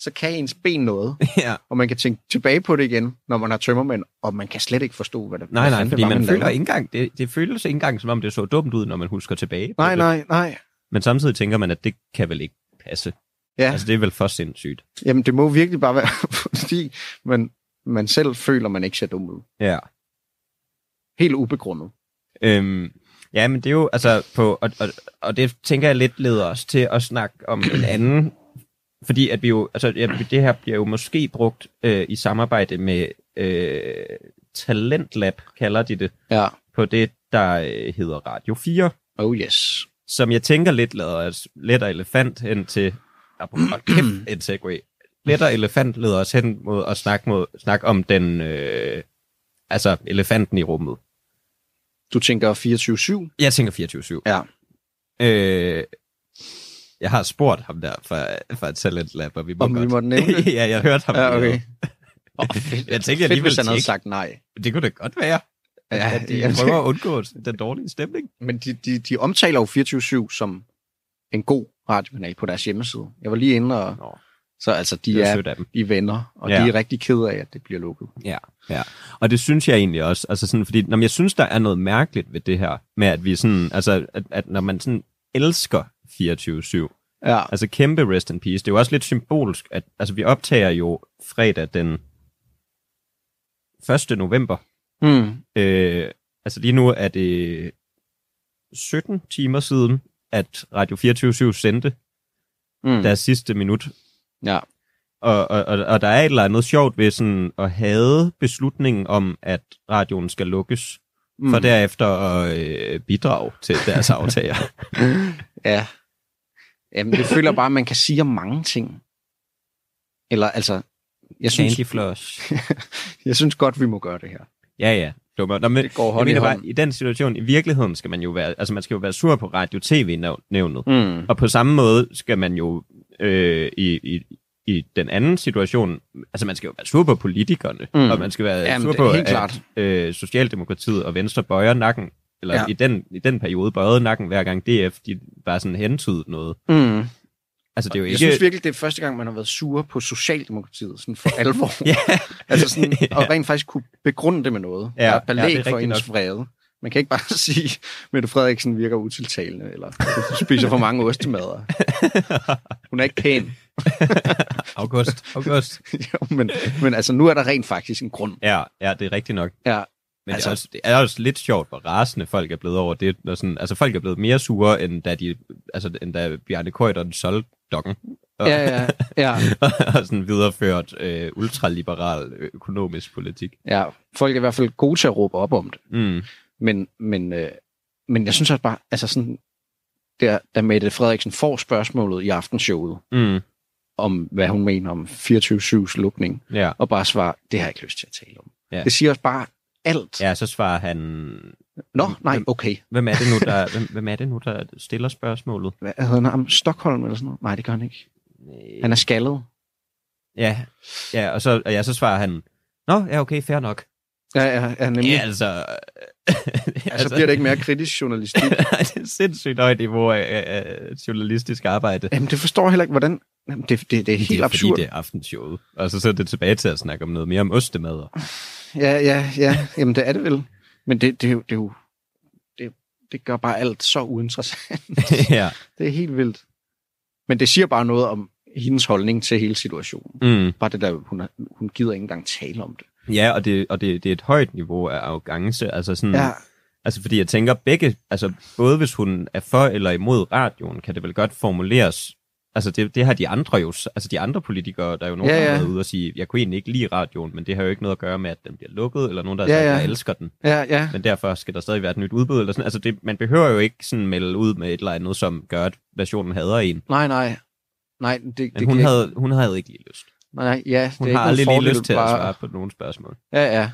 [SPEAKER 4] så kan ens ben noget.
[SPEAKER 3] Ja,
[SPEAKER 4] Og man kan tænke tilbage på det igen, når man har tømmermænd, og man kan slet ikke forstå, hvad det
[SPEAKER 3] nej,
[SPEAKER 4] hvad
[SPEAKER 3] nej,
[SPEAKER 4] fanden det
[SPEAKER 3] fordi
[SPEAKER 4] var,
[SPEAKER 3] man føler
[SPEAKER 4] lavede.
[SPEAKER 3] ikke engang, det, det føles ikke engang, som om det så dumt ud, når man husker tilbage. på
[SPEAKER 4] Nej,
[SPEAKER 3] det.
[SPEAKER 4] nej, nej.
[SPEAKER 3] Men samtidig tænker man, at det kan vel ikke passe.
[SPEAKER 4] Ja.
[SPEAKER 3] Altså, det er vel for sindssygt.
[SPEAKER 4] Jamen, det må virkelig bare være, fordi man, man selv føler, man ikke ser dum ud.
[SPEAKER 3] Ja.
[SPEAKER 4] Helt ubegrundet.
[SPEAKER 3] Øhm, ja, men det er jo, altså, på, og, og, og det tænker jeg lidt leder os til at snakke om en anden, fordi at vi jo, altså, ja, det her bliver jo måske brugt øh, i samarbejde med øh, Talentlab, kalder de det,
[SPEAKER 4] Ja.
[SPEAKER 3] på det, der øh, hedder Radio 4,
[SPEAKER 4] Oh yes.
[SPEAKER 3] som jeg tænker lidt lader os, let og elefant hen til, apropos, hold kæft, en segway, let og elefant leder os hen mod at snakke, mod, snakke om den, øh, altså, elefanten i rummet.
[SPEAKER 4] Du tænker
[SPEAKER 3] Jeg tænker 24-7.
[SPEAKER 4] Ja.
[SPEAKER 3] Øh, jeg har spurgt ham der fra, fra Talent Lab, og vi
[SPEAKER 4] 24-7,
[SPEAKER 3] må
[SPEAKER 4] om
[SPEAKER 3] godt.
[SPEAKER 4] vi måtte nævne det.
[SPEAKER 3] ja, jeg hørte ham.
[SPEAKER 4] ja, okay.
[SPEAKER 3] lede.
[SPEAKER 4] Oh, fedt.
[SPEAKER 3] Jeg tænkte, jeg
[SPEAKER 4] Fedt,
[SPEAKER 3] alligevel
[SPEAKER 4] hvis han havde
[SPEAKER 3] ikke.
[SPEAKER 4] sagt nej.
[SPEAKER 3] Det kunne da godt være, at, ja,
[SPEAKER 4] Ja,
[SPEAKER 3] at de
[SPEAKER 4] ja.
[SPEAKER 3] prøver at undgå den dårlige stemning.
[SPEAKER 4] Men de, de, de omtaler jo 24-7 som en god radiokanal på deres hjemmeside. Jeg var lige inde og...
[SPEAKER 3] Nå.
[SPEAKER 4] Så altså, de
[SPEAKER 3] Det er
[SPEAKER 4] er,
[SPEAKER 3] sødt af dem.
[SPEAKER 4] de er venner, og
[SPEAKER 3] Ja.
[SPEAKER 4] de er rigtig ked af, at det bliver lukket.
[SPEAKER 3] Og det synes jeg egentlig også. Altså sådan, fordi når jeg synes, der er noget mærkeligt ved det her, med at vi sådan, altså, at, at når man sådan elsker 24-7,
[SPEAKER 4] Ja,
[SPEAKER 3] Altså kæmpe rest in peace. Det er jo også lidt symbolsk, at altså, vi optager jo fredag den 1. november.
[SPEAKER 4] mm.
[SPEAKER 3] Øh, altså lige nu er det 17 timer siden, at Radio 24 sendte
[SPEAKER 4] Mm.
[SPEAKER 3] deres sidste minut.
[SPEAKER 4] ja.
[SPEAKER 3] Og, og, og, og der er et eller andet sjovt ved sådan at have beslutningen om, at radioen skal lukkes, mm. for derefter at øh, bidrage til deres aftager.
[SPEAKER 4] Ja. Jamen, det føler bare, at man kan sige om mange ting. Eller altså, jeg synes,
[SPEAKER 3] Floss.
[SPEAKER 4] jeg synes godt, vi må gøre det her.
[SPEAKER 3] Ja, ja. Dummer. Nå, men,
[SPEAKER 4] Det går
[SPEAKER 3] Jeg
[SPEAKER 4] hånd i
[SPEAKER 3] mener bare,
[SPEAKER 4] hånd.
[SPEAKER 3] i den situation, i virkeligheden skal man jo være, altså man skal jo være sur på radio-tv-nævnet.
[SPEAKER 4] Mm.
[SPEAKER 3] Og på samme måde skal man jo øh, i, i, i den anden situation, altså man skal jo være sur på politikerne, mm.
[SPEAKER 4] Mm.
[SPEAKER 3] og man skal være
[SPEAKER 4] Jamen,
[SPEAKER 3] sur
[SPEAKER 4] det er
[SPEAKER 3] på,
[SPEAKER 4] helt
[SPEAKER 3] at
[SPEAKER 4] klart.
[SPEAKER 3] øh, Socialdemokratiet og Venstre bøjer nakken, eller ja.
[SPEAKER 4] Ja.
[SPEAKER 3] i, den, i den periode bøjede nakken hver gang DF, de bare sådan hentydede noget.
[SPEAKER 4] Mm.
[SPEAKER 3] Altså det er jo
[SPEAKER 4] Jeg
[SPEAKER 3] ikke...
[SPEAKER 4] synes virkelig, det er første gang, man har været sur på Socialdemokratiet, sådan for alvor.
[SPEAKER 3] Ja.
[SPEAKER 4] Altså sådan, og rent faktisk kunne begrunde det med noget.
[SPEAKER 3] Ja,
[SPEAKER 4] der
[SPEAKER 3] ja,
[SPEAKER 4] er
[SPEAKER 3] det er
[SPEAKER 4] belæg
[SPEAKER 3] rigtigt
[SPEAKER 4] for ens
[SPEAKER 3] nok.
[SPEAKER 4] vrede. Man kan ikke bare sige, Mette Frederiksen virker utiltalende, eller spiser for mange ostemader. Hun er ikke pæn.
[SPEAKER 3] august, august.
[SPEAKER 4] jo, men, men altså, nu er der rent faktisk en grund.
[SPEAKER 3] Ja, ja, det er rigtigt nok.
[SPEAKER 4] Ja,
[SPEAKER 3] Men altså,
[SPEAKER 4] Altså-
[SPEAKER 3] det, er også, det er også lidt sjovt, hvor rasende folk er blevet over det. Når sådan, altså, folk er blevet mere sure, end da, de, altså, end da Bjarne Køjderen solgte dokken og,
[SPEAKER 4] ja, ja. ja.
[SPEAKER 3] og sådan videreført øh, ultraliberal økonomisk politik.
[SPEAKER 4] Ja, folk er i hvert fald gode til at råbe op om det.
[SPEAKER 3] Mm.
[SPEAKER 4] Men, men, øh, men jeg synes også bare, altså sådan, der, da Mette Frederiksen får spørgsmålet i aftenshowet,
[SPEAKER 3] Mm.
[SPEAKER 4] om hvad hun mener om 24-7's lukning,
[SPEAKER 3] Ja.
[SPEAKER 4] og bare svarer, det har jeg ikke lyst til at tale om.
[SPEAKER 3] Ja.
[SPEAKER 4] Ja. Det siger også bare alt. Ja.
[SPEAKER 3] ja, så svarer han,
[SPEAKER 4] Nå, nej,
[SPEAKER 3] Hvem-
[SPEAKER 4] okay.
[SPEAKER 3] hvem er det nu, der, hvem, hvem er det nu, der stiller spørgsmålet?
[SPEAKER 4] Hvad hedder han? Ham? Stockholm eller sådan noget? Nej, det gør han ikke. Han er skaldet.
[SPEAKER 3] Ja, ja og så, og ja, så svarer han, Nå, ja, okay, fair nok.
[SPEAKER 4] Ja, ja, ja nemlig.
[SPEAKER 3] Ja,
[SPEAKER 4] Ja,
[SPEAKER 3] altså...
[SPEAKER 4] altså, så bliver det ikke mere kritisk journalistik.
[SPEAKER 3] Nej, det er et sindssygt højt niveau af, af, af journalistisk arbejde.
[SPEAKER 4] Jamen, det forstår jeg heller ikke, hvordan... Jamen, det, det, det er helt
[SPEAKER 3] det er
[SPEAKER 4] absurd.
[SPEAKER 3] fordi, det er aftenshowet. Og så, så er det tilbage til at snakke om noget mere om ostemader.
[SPEAKER 4] Ja, ja, ja. Jamen, det er det vel. Men det, det, er jo- det, er jo- det, det gør bare alt så uinteressant.
[SPEAKER 3] ja.
[SPEAKER 4] det er helt vildt. Men det siger bare noget om hendes holdning til hele situationen.
[SPEAKER 3] Mm.
[SPEAKER 4] Bare det der, hun, er- hun gider ikke engang tale om det.
[SPEAKER 3] ja, og, det, og det, det er et højt niveau af arrogance. Altså, sådan, ja. altså fordi jeg tænker begge, altså både hvis hun er for eller imod radioen, kan det vel godt formuleres. Altså det, det har de andre jo, s- altså de andre politikere, der er jo nogen,
[SPEAKER 4] Ja,
[SPEAKER 3] ja, ja. der
[SPEAKER 4] ja.
[SPEAKER 3] har været ude og sige, jeg kunne egentlig ikke lide radioen, men det har jo ikke noget at gøre med, at den bliver lukket, eller nogen, der har
[SPEAKER 4] Ja,
[SPEAKER 3] sagt,
[SPEAKER 4] ja.
[SPEAKER 3] jeg elsker den.
[SPEAKER 4] ja, ja.
[SPEAKER 3] men derfor skal der stadig være et nyt udbud. Eller sådan. Altså det, man behøver jo ikke sådan melde ud med et eller andet, som gør, at versionen hader en.
[SPEAKER 4] Nej, nej. Nej, det, det
[SPEAKER 3] Men hun,
[SPEAKER 4] giver ikke-
[SPEAKER 3] havde, hun havde ikke lige lyst.
[SPEAKER 4] Nej, ja,
[SPEAKER 3] Hun
[SPEAKER 4] det er
[SPEAKER 3] har
[SPEAKER 4] ikke
[SPEAKER 3] aldrig
[SPEAKER 4] nogen
[SPEAKER 3] lige lyst
[SPEAKER 4] fordel
[SPEAKER 3] til at
[SPEAKER 4] bare-
[SPEAKER 3] svare på nogen spørgsmål.
[SPEAKER 4] Ja, ja.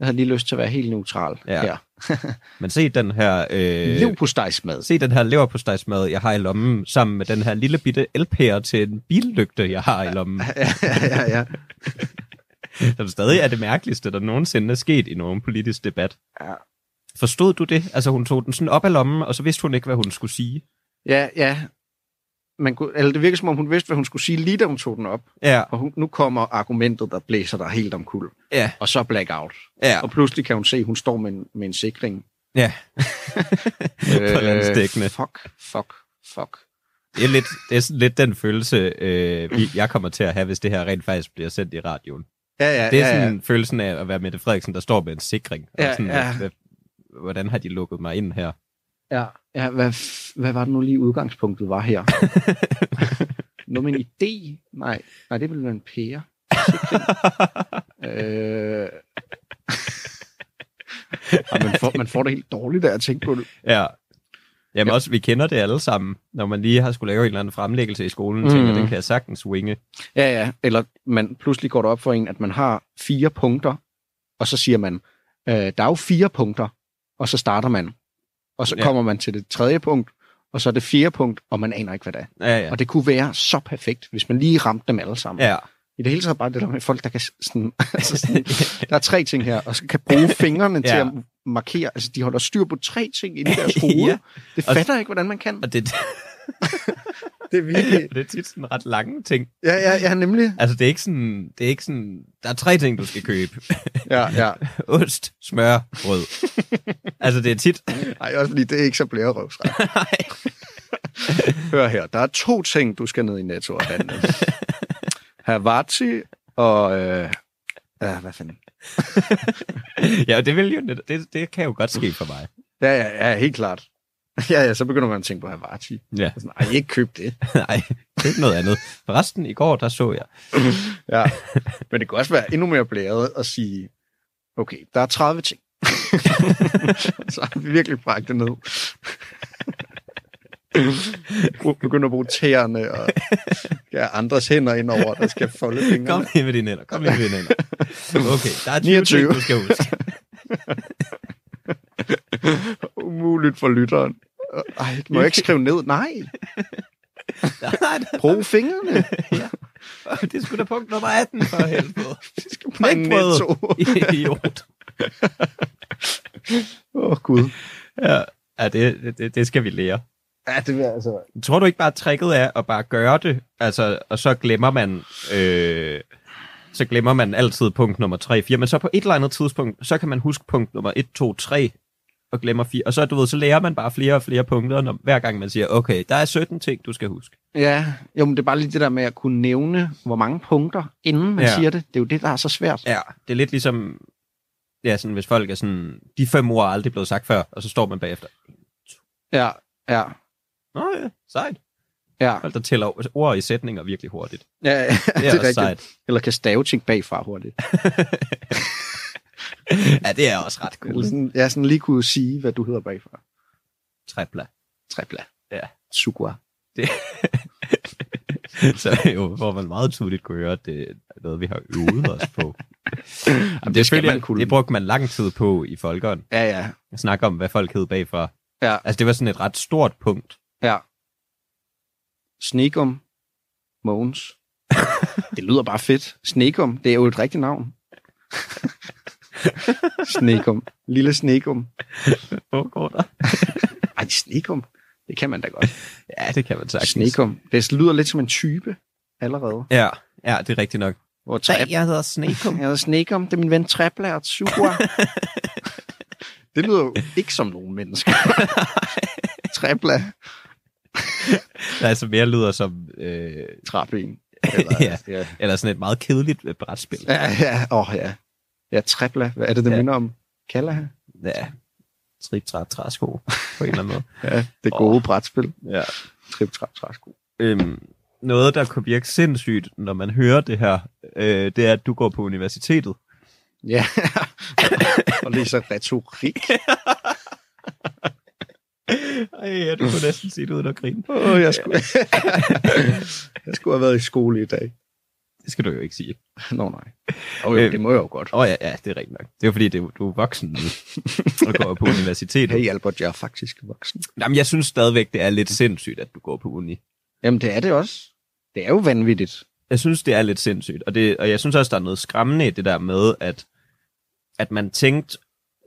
[SPEAKER 4] Jeg havde lige lyst til at være helt neutral
[SPEAKER 3] Ja.
[SPEAKER 4] ja. her.
[SPEAKER 3] Men se den her...
[SPEAKER 4] Øh,
[SPEAKER 3] Øh,
[SPEAKER 4] Liv på stejsmad.
[SPEAKER 3] se den her leverpostejsmad, jeg har i lommen, sammen med den her lille bitte elpære til en billygte, jeg har i lommen.
[SPEAKER 4] ja, ja, ja.
[SPEAKER 3] Som stadig er det mærkeligste, der nogensinde er sket i nogen politisk debat.
[SPEAKER 4] Ja.
[SPEAKER 3] Forstod du det? Altså hun tog den sådan op af lommen, og så vidste hun ikke, hvad hun skulle sige.
[SPEAKER 4] Ja, ja. Man kunne, eller det virker som om, hun vidste, hvad hun skulle sige, lige da hun tog den op.
[SPEAKER 3] Ja,
[SPEAKER 4] Og hun, nu kommer argumentet, der blæser dig helt omkuld.
[SPEAKER 3] ja,
[SPEAKER 4] Og så blackout.
[SPEAKER 3] ja.
[SPEAKER 4] Og pludselig kan hun se, at hun står med en, med en sikring. Øh,
[SPEAKER 3] Ja. På landsdækkende.
[SPEAKER 4] Fuck, fuck, fuck.
[SPEAKER 3] Det er lidt, det er sådan lidt den følelse, øh, vi- jeg kommer til at have, hvis det her rent faktisk bliver sendt i radioen.
[SPEAKER 4] Ja, ja,
[SPEAKER 3] Det er
[SPEAKER 4] ja, ja.
[SPEAKER 3] sådan følelsen af at være Mette Frederiksen, der står med en sikring. Og
[SPEAKER 4] Ja,
[SPEAKER 3] sådan,
[SPEAKER 4] ja.
[SPEAKER 3] Hvad, hvordan har de lukket mig ind her?
[SPEAKER 4] Ja, ja hvad, f- hvad var det nu lige udgangspunktet var her? Noget med en idé? Nej, nej det ville være en pære. øh... Ej, man, får, man får det helt dårligt af at tænke på det.
[SPEAKER 3] Ja. Jamen ja. også, vi kender det alle sammen, når man lige har skulle lave en eller anden fremlæggelse i skolen, mm. tænker,
[SPEAKER 4] Mm.
[SPEAKER 3] den kan jeg sagtens winge.
[SPEAKER 4] Ja, ja. Eller man pludselig går det op for en, at man har fire punkter, og så siger man, øh, der er jo fire punkter, og så starter man. Og så
[SPEAKER 3] Ja.
[SPEAKER 4] ja. kommer man til det tredje punkt, og så det fjerde punkt, og man aner ikke, hvad det er.
[SPEAKER 3] Ja,
[SPEAKER 4] Ja.
[SPEAKER 3] ja.
[SPEAKER 4] Og det kunne være så perfekt, hvis man lige ramte dem alle sammen.
[SPEAKER 3] ja.
[SPEAKER 4] I det hele taget bare det der med folk, der kan s- sådan, altså sådan, der er tre ting her, og så kan bruge fingrene ja. til
[SPEAKER 3] Ja.
[SPEAKER 4] at markere. Altså, de holder styr på tre ting i deres hoved.
[SPEAKER 3] Ja.
[SPEAKER 4] ja. Det
[SPEAKER 3] Og-
[SPEAKER 4] fatter jeg ikke, hvordan man kan.
[SPEAKER 3] Og det,
[SPEAKER 4] Det er virkelig...
[SPEAKER 3] det er tit sådan ret lange ting.
[SPEAKER 4] Ja, ja, ja, nemlig.
[SPEAKER 3] Altså, det er ikke sådan, det er ikke sådan, der er tre ting, du skal købe.
[SPEAKER 4] Ja, ja.
[SPEAKER 3] Ost, smør, brød. altså, det er tit,
[SPEAKER 4] Ej, også fordi det er ikke så blære røvsret. Hør her, der er to ting, du skal ned i Netto og handle. Havarti og... Øh, ja, hvad fanden?
[SPEAKER 3] ja, og det, vil jo, net- det, det kan jo godt ske for mig.
[SPEAKER 4] Ja, ja, ja, helt klart. Ja, ja, så begynder man at tænke på Havarti.
[SPEAKER 3] Ja.
[SPEAKER 4] Sådan, Ej, ikke køb det.
[SPEAKER 3] Nej, køb noget andet. Forresten, i går, der så jeg.
[SPEAKER 4] Ja, men det kan også være endnu mere blæret at sige, okay, der er 30 ting. så har vi virkelig bragt det ned. Begynder at bruge tæerne og ja, andres hænder ind over, der skal folde
[SPEAKER 3] Kom
[SPEAKER 4] fingrene.
[SPEAKER 3] lige med dine hænder. Kom lige med dine hænder. Okay, der er 20
[SPEAKER 4] 29.
[SPEAKER 3] ting, du skal huske.
[SPEAKER 4] Umuligt for lytteren. Ej, må jeg ikke skrive ned? Nej,
[SPEAKER 3] Nej, der-
[SPEAKER 4] brug fingrene.
[SPEAKER 3] det er sgu da punkt nummer 18 for helvede.
[SPEAKER 4] Det skal bare
[SPEAKER 3] Knækbrød.
[SPEAKER 4] netto.
[SPEAKER 3] Idiot.
[SPEAKER 4] Åh, oh, Gud.
[SPEAKER 3] Ja, ja det, det, det skal vi lære.
[SPEAKER 4] Ja, det vil jeg altså...
[SPEAKER 3] Tror du ikke bare, at tricket er at bare gøre det, altså, og så glemmer man... Øh, så glemmer man altid punkt nummer 3, 4, men så på et eller andet tidspunkt, så kan man huske punkt nummer 1, 2, 3, og glemmer 4. Og så, du ved, så lærer man bare flere og flere punkter, når, hver gang man siger, okay, der er 17 ting, du skal huske.
[SPEAKER 4] Ja, jo, men det er bare lige det der med at kunne nævne, hvor mange punkter, inden man
[SPEAKER 3] Ja.
[SPEAKER 4] ja. siger det. Det er jo det, der er så svært.
[SPEAKER 3] Ja, det er lidt ligesom, ja, sådan, hvis folk er sådan, de fem ord er aldrig blevet sagt før, og så står man bagefter.
[SPEAKER 4] Ja, ja,
[SPEAKER 3] Nå ja, sejt.
[SPEAKER 4] ja.
[SPEAKER 3] Folk, der tæller ord- ord i sætninger virkelig hurtigt.
[SPEAKER 4] Ja, ja,
[SPEAKER 3] Det er, det er også sejt.
[SPEAKER 4] Eller kan stave ting bagfra hurtigt.
[SPEAKER 3] Ja, det er også ret
[SPEAKER 4] Eller
[SPEAKER 3] cool.
[SPEAKER 4] sådan, ja, sådan lige kunne sige, hvad du hedder bagfra.
[SPEAKER 3] Tripla.
[SPEAKER 4] Tripla.
[SPEAKER 3] Ja.
[SPEAKER 4] Sugua.
[SPEAKER 3] Så jo, hvor man meget tydeligt kunne høre, at det er noget, vi har øvet os på. Jamen, det,
[SPEAKER 4] det skal
[SPEAKER 3] føler jeg-
[SPEAKER 4] man kunne.
[SPEAKER 3] det brugte man lang tid på i Folkeren.
[SPEAKER 4] Ja, ja.
[SPEAKER 3] At snakke om, hvad folk hed bagfra.
[SPEAKER 4] Ja.
[SPEAKER 3] Altså, det var sådan et ret stort punkt.
[SPEAKER 4] Ja. Snekum. Mogens. det lyder bare fedt. Snekum, det er jo et rigtigt navn. snekum. Lille Snekum.
[SPEAKER 3] Foregår
[SPEAKER 4] Ej, Snekum. Det kan man da godt.
[SPEAKER 3] Ja, det kan man sagtens.
[SPEAKER 4] Snekum. Det lyder lidt som en type allerede.
[SPEAKER 3] Ja, ja, det er rigtigt nok.
[SPEAKER 4] Hvor tre
[SPEAKER 3] jeg hedder Snekum.
[SPEAKER 4] Jeg hedder Snekum. Det er min ven Trepla og Sugua. Det lyder jo ikke som nogen mennesker. Trapla,
[SPEAKER 3] Der altså mere lyder som... Øh,
[SPEAKER 4] trappen. Eller,
[SPEAKER 3] Ja.
[SPEAKER 4] ja.
[SPEAKER 3] eller sådan et meget kedeligt øh, brætspil.
[SPEAKER 4] Ja, ja, åh oh, ja. Ja, tripla. Hvad er det, det
[SPEAKER 3] Ja.
[SPEAKER 4] ja. minder om? Kalla?
[SPEAKER 3] Ja. Trip, træt, træsko. På en eller anden måde.
[SPEAKER 4] Ja, det gode
[SPEAKER 3] Åh.
[SPEAKER 4] oh. brætspil.
[SPEAKER 3] Ja.
[SPEAKER 4] Trip, trap, træsko.
[SPEAKER 3] Øhm, noget, der kunne virke sindssygt, når man hører det her, øh, det er, at du går på universitetet.
[SPEAKER 4] Ja, og lige så retorik.
[SPEAKER 3] Ej, ja, du kunne næsten sige det uden at grine.
[SPEAKER 4] Åh, oh, jeg, skulle... jeg skulle have været i skole i dag.
[SPEAKER 3] Det skal du jo ikke sige.
[SPEAKER 4] Nå nej. Oh, jo,
[SPEAKER 3] Øh.
[SPEAKER 4] det må jeg jo godt.
[SPEAKER 3] Åh oh, ja, ja, det er rigtigt nok. Det er jo fordi, det, er jo- du er voksen nu, og går på universitetet.
[SPEAKER 4] Hey Albert, jeg er faktisk voksen.
[SPEAKER 3] Jamen, jeg synes stadigvæk, det er lidt sindssygt, at du går på uni.
[SPEAKER 4] Jamen det er det også. Det er jo vanvittigt.
[SPEAKER 3] Jeg synes, det er lidt sindssygt. Og, det, og jeg synes også, der er noget skræmmende i det der med, at, at man tænkte...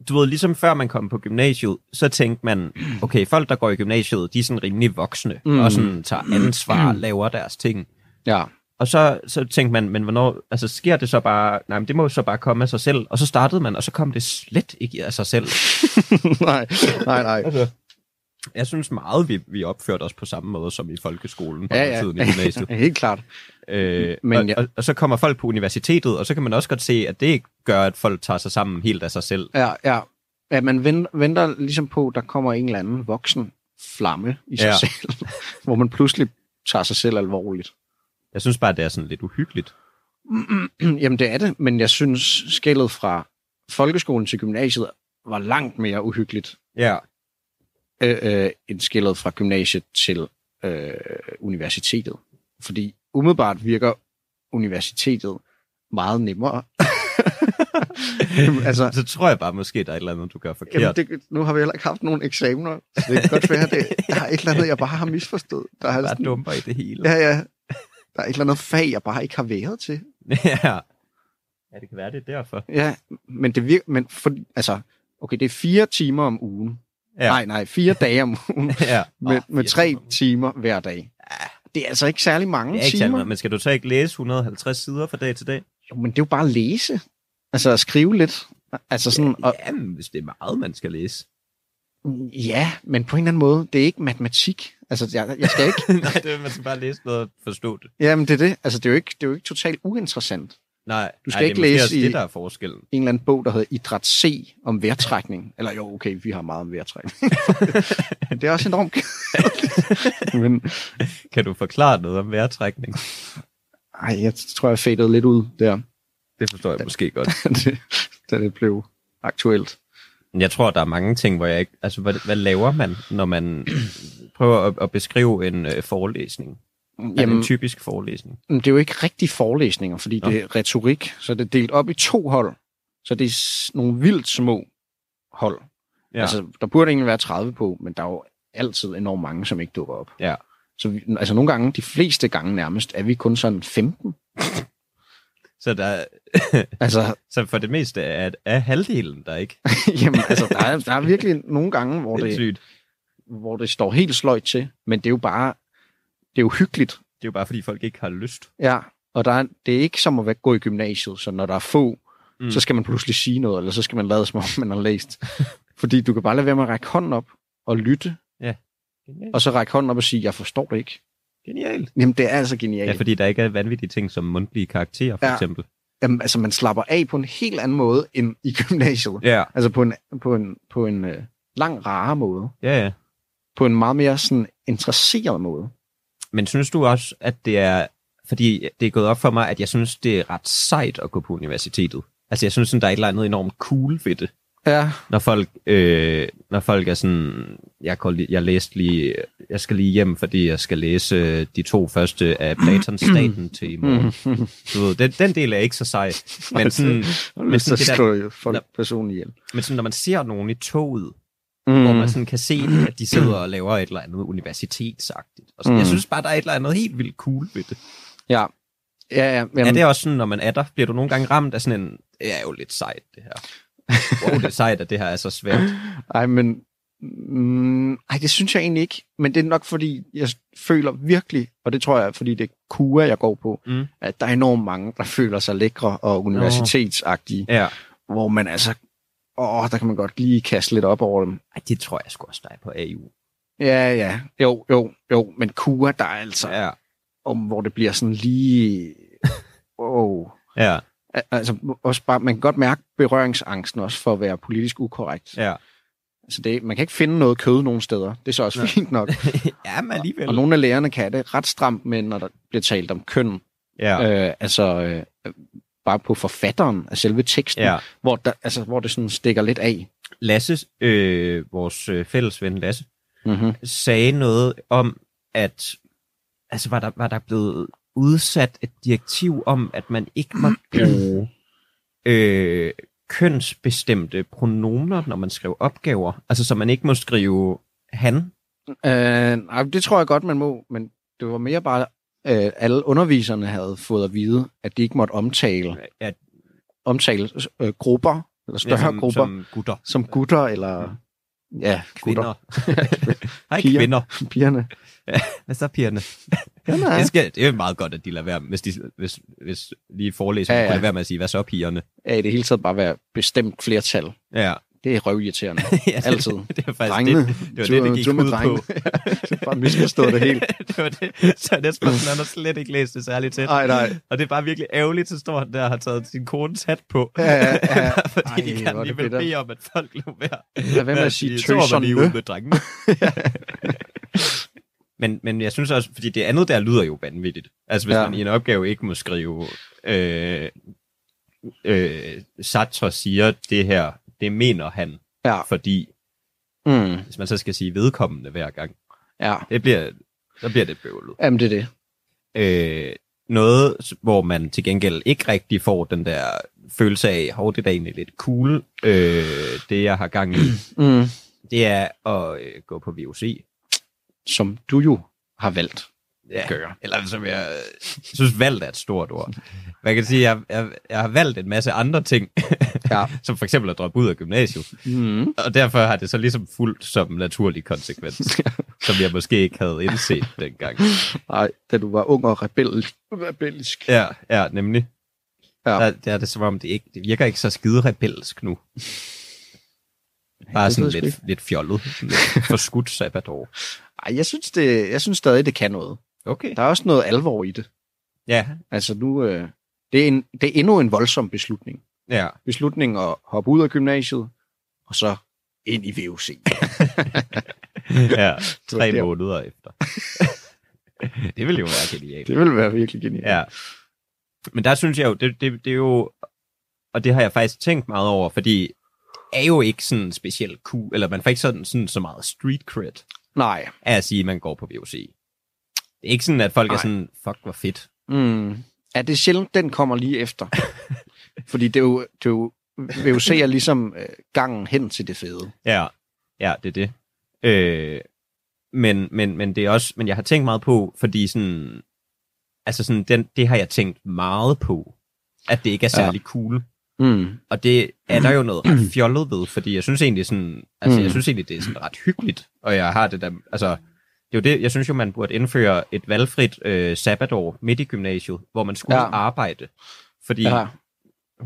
[SPEAKER 3] Du ved, ligesom før man kom på gymnasiet, så tænkte man, okay, folk, der går i gymnasiet, de er sådan rimelig voksne, mm.
[SPEAKER 4] Mm.
[SPEAKER 3] og sådan tager ansvar, laver deres ting.
[SPEAKER 4] Ja,
[SPEAKER 3] Og så, så tænkte man, men hvornår, altså sker det så bare, nej, men det må jo så bare komme af sig selv. Og så startede man, og så kom det slet ikke af sig selv.
[SPEAKER 4] nej, nej, nej.
[SPEAKER 3] Altså, jeg synes meget, vi, vi opførte os på samme måde som i folkeskolen på
[SPEAKER 4] Ja,
[SPEAKER 3] den
[SPEAKER 4] ja.
[SPEAKER 3] tiden i gymnasiet.
[SPEAKER 4] Helt klart.
[SPEAKER 3] øh,
[SPEAKER 4] Men
[SPEAKER 3] og,
[SPEAKER 4] jeg-
[SPEAKER 3] og, og så kommer folk på universitetet, og så kan man også godt se, at det ikke gør, at folk tager sig sammen helt af sig selv.
[SPEAKER 4] Ja, ja. Ja, man ven- venter ligesom på, at der kommer en eller anden voksen flamme i sig
[SPEAKER 3] Ja.
[SPEAKER 4] ja. selv, hvor man pludselig tager sig selv alvorligt.
[SPEAKER 3] Jeg synes bare, det er sådan lidt uhyggeligt.
[SPEAKER 4] Jamen det er det, men jeg synes skældet fra folkeskolen til gymnasiet var langt mere uhyggeligt
[SPEAKER 3] Ja.
[SPEAKER 4] øh, øh, end skældet fra gymnasiet til øh, universitetet. Fordi umiddelbart virker universitetet meget nemmere. Jamen, altså,
[SPEAKER 3] Så tror jeg bare måske, der er et eller andet, du gør forkert.
[SPEAKER 4] Jamen, det, nu har vi heller ikke haft nogen eksamener, så det kan godt være, at det- der er et eller andet, jeg bare har misforstået. Der er,
[SPEAKER 3] bare
[SPEAKER 4] sådan,
[SPEAKER 3] dumper i det hele.
[SPEAKER 4] ja, ja, der er et eller andet fag, jeg bare ikke har været til.
[SPEAKER 3] ja. ja, det kan være, det er derfor.
[SPEAKER 4] Ja, men det virker, men for, altså, okay, det er fire timer om ugen.
[SPEAKER 3] Ja.
[SPEAKER 4] Ja. Nej, nej, fire dage om ugen,
[SPEAKER 3] Ja.
[SPEAKER 4] med,
[SPEAKER 3] Åh,
[SPEAKER 4] med
[SPEAKER 3] fire
[SPEAKER 4] tre
[SPEAKER 3] timer.
[SPEAKER 4] timer hver dag. Det er altså ikke særlig mange
[SPEAKER 3] Det er
[SPEAKER 4] ikke
[SPEAKER 3] ikke
[SPEAKER 4] timer.
[SPEAKER 3] særlig meget, men skal du så ikke læse 150 sider fra dag til dag?
[SPEAKER 4] Jo, men det er jo bare at læse. Altså at skrive lidt. Altså sådan, ja,
[SPEAKER 3] Og...
[SPEAKER 4] og,
[SPEAKER 3] Jamen, hvis det er meget, man skal læse.
[SPEAKER 4] ja, men på en eller anden måde, det er ikke matematik. Altså, jeg, jeg skal ikke
[SPEAKER 3] Nej, det er, man skal bare læse noget og forstå det.
[SPEAKER 4] Jamen, det er det. Altså, det er jo ikke, det er jo ikke totalt uinteressant.
[SPEAKER 3] Nej,
[SPEAKER 4] Du skal
[SPEAKER 3] nej,
[SPEAKER 4] ikke
[SPEAKER 3] det er måske
[SPEAKER 4] læse
[SPEAKER 3] også
[SPEAKER 4] i-
[SPEAKER 3] det, der er forskellen.
[SPEAKER 4] En eller anden bog, der hedder Idræt C om vejrtrækning. Eller jo, okay, vi har meget om vejrtrækning. Men det er også enormt kedeligt. Men
[SPEAKER 3] Kan du forklare noget om vejrtrækning?
[SPEAKER 4] ej, jeg tror, jeg fadede lidt ud der,
[SPEAKER 3] Det forstår jeg måske godt.
[SPEAKER 4] da det, da det blev aktuelt.
[SPEAKER 3] Men Jeg tror, der er mange ting, hvor jeg ikke... Altså, hvad, hvad laver man, når man prøver at, at beskrive en øh, forelæsning? Jamen... En
[SPEAKER 4] Jamen,
[SPEAKER 3] typisk forelæsning.
[SPEAKER 4] det er jo ikke rigtig forelæsninger, fordi
[SPEAKER 3] Nå.
[SPEAKER 4] det er retorik. Så det er delt op i to hold. Så det er s- nogle vildt små hold.
[SPEAKER 3] Ja.
[SPEAKER 4] Ja. Altså, der burde egentlig være 30 på, men der er jo altid enormt mange, som ikke dukker op.
[SPEAKER 3] Ja.
[SPEAKER 4] Så vi, altså nogle gange, de fleste gange nærmest, er vi kun sådan 15.
[SPEAKER 3] Så, der,
[SPEAKER 4] Altså,
[SPEAKER 3] så for det meste er, er halvdelen der ikke.
[SPEAKER 4] jamen, altså der, er, der er virkelig nogle gange, hvor
[SPEAKER 3] Det er
[SPEAKER 4] det,
[SPEAKER 3] sygt.
[SPEAKER 4] hvor det står helt sløjt til, men det er jo bare, det er jo hyggeligt.
[SPEAKER 3] Det er jo bare, fordi folk ikke har lyst.
[SPEAKER 4] Ja, og der er, det er ikke som at være- gå i gymnasiet, så når der er få,
[SPEAKER 3] Mm.
[SPEAKER 4] mm. så skal man pludselig sige noget, eller så skal man lade som om, man har læst. Fordi du kan bare lade være med at række hånden op og lytte,
[SPEAKER 3] Genialt.
[SPEAKER 4] og så række hånden op og sige, jeg forstår det ikke.
[SPEAKER 3] Genialt.
[SPEAKER 4] Jamen, det er altså genialt.
[SPEAKER 3] Ja, fordi der ikke er vanvittige ting som mundtlige karakterer, for ja.
[SPEAKER 4] Ja.
[SPEAKER 3] eksempel.
[SPEAKER 4] Jamen, altså, man slapper af på en helt anden måde end i gymnasiet.
[SPEAKER 3] Ja,
[SPEAKER 4] Altså på en, på en, på en øh, lang, rare måde.
[SPEAKER 3] ja, ja.
[SPEAKER 4] På en meget mere sådan interesseret måde.
[SPEAKER 3] Men synes du også, at det er... Fordi det er gået op for mig, at jeg synes, det er ret sejt at gå på universitetet. Altså, jeg synes, sådan, der er et eller andet enormt cool ved det.
[SPEAKER 4] Ja.
[SPEAKER 3] Når folk, øh, når folk er sådan, jeg, går lige, jeg, læste lige, jeg skal lige hjem, fordi jeg skal læse øh, de to første af Platons Staten til i morgen. Du ved, den, den del er ikke så sej. Men sådan,
[SPEAKER 4] Men lyst til at
[SPEAKER 3] sådan det
[SPEAKER 4] slå folk
[SPEAKER 3] Nå.
[SPEAKER 4] personen ihjel.
[SPEAKER 3] men sådan, når man ser nogen i toget,
[SPEAKER 4] Mm.
[SPEAKER 3] hvor man sådan kan se, at de sidder og laver et eller andet universitetsagtigt. Og sådan. Mm. Jeg
[SPEAKER 4] Mm.
[SPEAKER 3] synes bare, der er et eller andet helt vildt cool ved det.
[SPEAKER 4] Ja. Ja, ja. Jamen,
[SPEAKER 3] Jamen. Er
[SPEAKER 4] det...
[SPEAKER 3] det også sådan, når man er der, bliver du nogle gange ramt af sådan en, det er jo lidt sejt, det her. Wow, det er sejt, at det her er så svært.
[SPEAKER 4] Ej, men... Mm, ej, det synes jeg egentlig ikke. Men det er nok, fordi jeg føler virkelig, og det tror jeg, fordi det er kura, jeg går på,
[SPEAKER 3] Mm.
[SPEAKER 4] at der er enormt mange, der føler sig lækre og universitetsagtige,
[SPEAKER 3] Ja,
[SPEAKER 4] hvor man altså åh, der kan man godt lige kaste lidt op over dem.
[SPEAKER 3] Ej, det tror jeg sgu også, der er på AU.
[SPEAKER 4] Ja, ja. Jo, jo, jo. Men Kua, der er altså, ja.
[SPEAKER 3] Ja.
[SPEAKER 4] om, hvor det bliver sådan lige... Wow.
[SPEAKER 3] Ja,
[SPEAKER 4] Al- Altså, også bare, man kan godt mærke berøringsangsten også for at være politisk ukorrekt.
[SPEAKER 3] ja.
[SPEAKER 4] Altså det, man kan ikke finde noget kød nogen steder. Det er så også
[SPEAKER 3] Nej.
[SPEAKER 4] fint nok.
[SPEAKER 3] ja, men alligevel.
[SPEAKER 4] Og nogle af lærerne kan det ret stramt med, når der bliver talt om køn.
[SPEAKER 3] ja,
[SPEAKER 4] Ja. Øh, altså øh, bare på forfatteren af selve teksten,
[SPEAKER 3] ja.
[SPEAKER 4] ja. hvor, der, altså, hvor det sådan stikker lidt af.
[SPEAKER 3] Lasse, øh, vores øh, fælles ven Lasse,
[SPEAKER 4] Mm-hmm.
[SPEAKER 3] sagde noget om, at altså var der, var der blevet udsat et direktiv om, at man ikke må bruge øh, kønsbestemte pronomer, når man skrev opgaver. Altså, så man ikke må skrive han.
[SPEAKER 4] Øh, nej, det tror jeg godt, man må, men det var mere bare, øh, alle underviserne havde fået at vide, at de ikke måtte omtale,
[SPEAKER 3] Ja,
[SPEAKER 4] omtale øh, grupper, eller større
[SPEAKER 3] som,
[SPEAKER 4] grupper, som,
[SPEAKER 3] Ligesom Som gutter.
[SPEAKER 4] som gutter eller ja, gutter,
[SPEAKER 3] Kvinder. Hej,
[SPEAKER 4] Piger.
[SPEAKER 3] kvinder.
[SPEAKER 4] pigerne.
[SPEAKER 3] Hvad så pigerne?
[SPEAKER 4] Ja, nej.
[SPEAKER 3] Det, skal, det er meget godt, at de lader være, hvis, de, hvis, hvis lige forelæser,
[SPEAKER 4] Ja,
[SPEAKER 3] ja,
[SPEAKER 4] ja.
[SPEAKER 3] ja. kunne lade være med at sige, hvad så pigerne?
[SPEAKER 4] Ja, i det hele taget bare være bestemt flertal.
[SPEAKER 3] Ja,
[SPEAKER 4] Det er røvirriterende.
[SPEAKER 3] ja det,
[SPEAKER 4] Altid.
[SPEAKER 3] det er faktisk
[SPEAKER 4] Drengene.
[SPEAKER 3] det, det, var det, det gik
[SPEAKER 4] Du- du med
[SPEAKER 3] ud
[SPEAKER 4] drengene.
[SPEAKER 3] på.
[SPEAKER 4] Du har bare misforstået det helt.
[SPEAKER 3] det var det. Så Jesper, han har slet ikke læst det særligt tæt.
[SPEAKER 4] Nej, nej.
[SPEAKER 3] Og det er bare virkelig ærgerligt, så står han der og har taget sin kones hat på.
[SPEAKER 4] Ja, ja, ja.
[SPEAKER 3] Fordi
[SPEAKER 4] Ej,
[SPEAKER 3] Ej,
[SPEAKER 4] hvor
[SPEAKER 3] de
[SPEAKER 4] er
[SPEAKER 3] kan
[SPEAKER 4] det
[SPEAKER 3] alligevel
[SPEAKER 4] bittert.
[SPEAKER 3] bede om, at folk lå være.
[SPEAKER 4] Lad være med at sige
[SPEAKER 3] Så var man lige
[SPEAKER 4] tøserne.
[SPEAKER 3] ude med drengene. men, men jeg synes også, fordi det andet der lyder jo vanvittigt. Altså hvis
[SPEAKER 4] Ja.
[SPEAKER 3] ja. man i en opgave ikke må skrive, øh, øh, Sartre siger det her, det mener han,
[SPEAKER 4] Ja.
[SPEAKER 3] fordi
[SPEAKER 4] Mm,
[SPEAKER 3] hvis man så skal sige vedkommende hver gang,
[SPEAKER 4] ja.
[SPEAKER 3] det bliver, så bliver det bøvlet.
[SPEAKER 4] Jamen, det er det.
[SPEAKER 3] øh, noget, s- hvor man til gengæld ikke rigtig får den der følelse af, hov, det er da egentlig lidt cool, øh, det jeg har gang i,
[SPEAKER 4] Mm.
[SPEAKER 3] det er at øh, gå på VUC.
[SPEAKER 4] Som du jo har valgt.
[SPEAKER 3] Ja,
[SPEAKER 4] Gør.
[SPEAKER 3] eller som jeg øh, synes, valgt er et stort ord. Man kan sige, at jeg, jeg, jeg har valgt en masse andre ting,
[SPEAKER 4] Ja.
[SPEAKER 3] som for eksempel at droppe ud af gymnasiet,
[SPEAKER 4] Mm.
[SPEAKER 3] og derfor har det så ligesom fulgt som naturlig konsekvens, som jeg måske ikke havde indset dengang.
[SPEAKER 4] Nej, da du var ung og rebellisk. rebellisk.
[SPEAKER 3] Ja, ja, nemlig.
[SPEAKER 4] Ja.
[SPEAKER 3] Ja. Der, der er det som om, det, ikke, det virker ikke så skide rebelsk nu. Bare
[SPEAKER 4] det
[SPEAKER 3] sådan
[SPEAKER 4] ved jeg sgu
[SPEAKER 3] lidt, lidt fjollet. Sådan lidt forskudt sabbatår.
[SPEAKER 4] Ej, jeg synes, det, jeg synes stadig, det kan noget.
[SPEAKER 3] Okay.
[SPEAKER 4] Der er også noget alvor i det.
[SPEAKER 3] Ja,
[SPEAKER 4] Altså nu, øh, det, er en, det er endnu en voldsom beslutning.
[SPEAKER 3] ja.
[SPEAKER 4] Beslutningen at hoppe ud af gymnasiet, og så ind i VUC.
[SPEAKER 3] ja. Tre
[SPEAKER 4] Det var-
[SPEAKER 3] måneder efter. det ville jo være genialt.
[SPEAKER 4] Det ville være virkelig genialt.
[SPEAKER 3] Ja. Men der synes jeg jo, det, det, det er jo, og det har jeg faktisk tænkt meget over, fordi det er jo ikke sådan specielt cool, eller man får ikke sådan, sådan så meget street cred
[SPEAKER 4] Nej.
[SPEAKER 3] af at sige, at man går på VUC. Det er ikke sådan, at folk
[SPEAKER 4] Nej.
[SPEAKER 3] er sådan, fuck, hvor fedt.
[SPEAKER 4] Mm. Ja, det er sjældent, den kommer lige efter. Fordi det er jo, det er jo VUC er ligesom øh, gangen hen til det fede.
[SPEAKER 3] Ja, ja, det er det. Øh, men, men, men det er også, men jeg har tænkt meget på, fordi sådan, altså sådan, den, det har jeg tænkt meget på, at det ikke er
[SPEAKER 4] Ja.
[SPEAKER 3] særlig ja. cool.
[SPEAKER 4] Mm.
[SPEAKER 3] Og det er der jo noget ret fjollet ved, fordi jeg synes egentlig sådan, altså
[SPEAKER 4] Mm.
[SPEAKER 3] jeg synes egentlig, det er sådan ret hyggeligt, og jeg har det der, altså, det er jo det, jeg synes jo, man burde indføre et valgfrit øh, sabbatår midt i gymnasiet, hvor man skulle
[SPEAKER 4] Ja.
[SPEAKER 3] ja. arbejde. Fordi, ja.
[SPEAKER 4] Ja.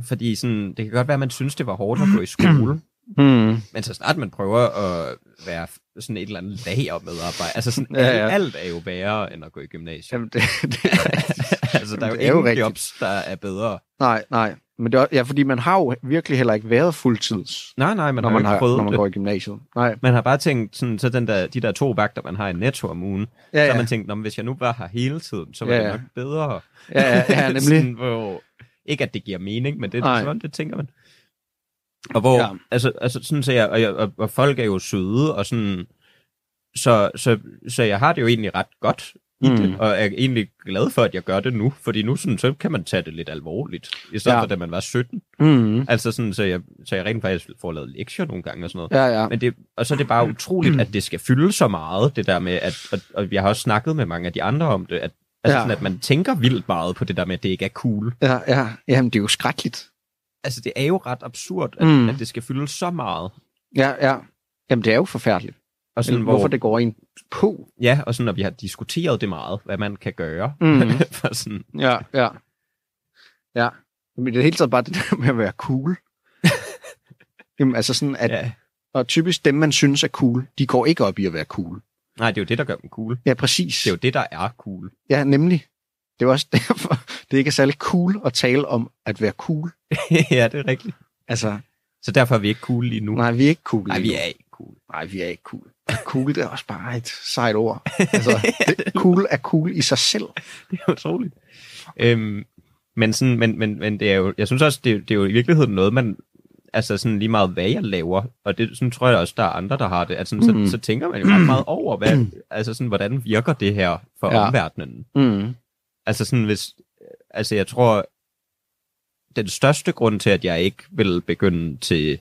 [SPEAKER 3] fordi sådan, det kan godt være, at man synes, det var hårdt at gå i skole,
[SPEAKER 4] Mm.
[SPEAKER 3] men så snart man prøver at være f- sådan et eller andet lagermedarbejder, altså sådan
[SPEAKER 4] Ja,
[SPEAKER 3] ja,
[SPEAKER 4] ja.
[SPEAKER 3] ja. alt er jo værre end at gå i gymnasiet.
[SPEAKER 4] Jamen, det, det er rigtigt.
[SPEAKER 3] altså der er jo
[SPEAKER 4] det er jo
[SPEAKER 3] ingen
[SPEAKER 4] rigtigt.
[SPEAKER 3] jobs, der er bedre.
[SPEAKER 4] nej, nej. Men det er, ja, fordi man har jo virkelig heller ikke været fuldtids,
[SPEAKER 3] Nej, nej, man
[SPEAKER 4] når
[SPEAKER 3] har
[SPEAKER 4] man,
[SPEAKER 3] jo ikke
[SPEAKER 4] har,
[SPEAKER 3] prøvet
[SPEAKER 4] når man
[SPEAKER 3] det.
[SPEAKER 4] går i gymnasiet. Nej.
[SPEAKER 3] Man har bare tænkt, sådan, så den der, de der to vagter, man har i netto om ugen, ja,
[SPEAKER 4] Ja,
[SPEAKER 3] ja. så har
[SPEAKER 4] ja,
[SPEAKER 3] man tænkt, "Nå, men hvis jeg nu var her hele tiden, så var
[SPEAKER 4] Ja,
[SPEAKER 3] ja, ja.
[SPEAKER 4] ja.
[SPEAKER 3] det nok bedre.
[SPEAKER 4] ja, ja, ja nemlig.
[SPEAKER 3] sådan, hvor, ikke at det giver mening, men det
[SPEAKER 4] Nej.
[SPEAKER 3] er sådan, det tænker man. Og hvor,
[SPEAKER 4] Ja.
[SPEAKER 3] ja. altså, altså sådan ser jeg, og, jeg og, og, folk er jo søde, og sådan, så, så, så jeg har det jo egentlig ret godt i
[SPEAKER 4] Mm.
[SPEAKER 3] mm. det, og er egentlig glad for, at jeg gør det nu, fordi nu sådan, så kan man tage det lidt alvorligt, i stedet
[SPEAKER 4] Ja.
[SPEAKER 3] ja. for, da man var 17.
[SPEAKER 4] Mm.
[SPEAKER 3] Altså sådan, så jeg, så jeg rent faktisk får lavet lektier nogle gange og sådan noget.
[SPEAKER 4] Ja, ja.
[SPEAKER 3] Men det, og så er det bare utroligt, at det skal fylde så meget, det der med, at, og, og jeg har også snakket med mange af de andre om det, at, altså
[SPEAKER 4] Ja.
[SPEAKER 3] ja. sådan, at man tænker vildt meget på det der med, at det ikke er cool.
[SPEAKER 4] Ja, ja. Jamen, det er jo skrækkeligt.
[SPEAKER 3] Altså, det er jo ret absurd, at,
[SPEAKER 4] Mm.
[SPEAKER 3] mm. at det skal fylde så meget.
[SPEAKER 4] Ja, ja. Jamen, det er jo forfærdeligt.
[SPEAKER 3] Og sådan,
[SPEAKER 4] Hvorfor
[SPEAKER 3] hvor,
[SPEAKER 4] det går ind på.
[SPEAKER 3] Ja, og sådan, at vi har diskuteret det meget, hvad man kan gøre.
[SPEAKER 4] Mm.
[SPEAKER 3] for sådan,
[SPEAKER 4] Ja, ja. Ja. Men det er hele taget bare det der med at være cool. Jamen, altså sådan, at, ja.
[SPEAKER 3] Ja.
[SPEAKER 4] og typisk dem, man synes er cool, de går ikke op i at være cool.
[SPEAKER 3] Nej, det er jo det, der gør dem cool.
[SPEAKER 4] Ja, præcis.
[SPEAKER 3] Det er jo det, der er cool.
[SPEAKER 4] Ja, nemlig. Det er jo også derfor, det ikke er særlig cool at tale om at være cool.
[SPEAKER 3] ja, det er rigtigt.
[SPEAKER 4] Altså,
[SPEAKER 3] Så derfor er vi ikke cool lige nu.
[SPEAKER 4] nej, vi er ikke cool.
[SPEAKER 3] Nej
[SPEAKER 4] lige
[SPEAKER 3] vi
[SPEAKER 4] nu.
[SPEAKER 3] er ikke cool.
[SPEAKER 4] Nej, vi er ikke cool. Cool, det er også bare et sejt ord. Altså, det, cool er cool i sig selv.
[SPEAKER 3] Det er utroligt. Øhm, men, sådan, men, men, men det er jo, jeg synes også, det, er jo- det er jo i virkeligheden noget, man, altså sådan lige meget, hvad jeg laver, og det sådan tror jeg også, der er andre, der har det, at sådan,
[SPEAKER 4] Mhm.
[SPEAKER 3] så, så tænker man jo ret meget over, hvad, altså sådan, hvordan virker det her for
[SPEAKER 4] Ja.
[SPEAKER 3] ja. omverdenen?
[SPEAKER 4] Mm.
[SPEAKER 3] Altså sådan, hvis, altså jeg tror, den største grund til, at jeg ikke vil begynde til,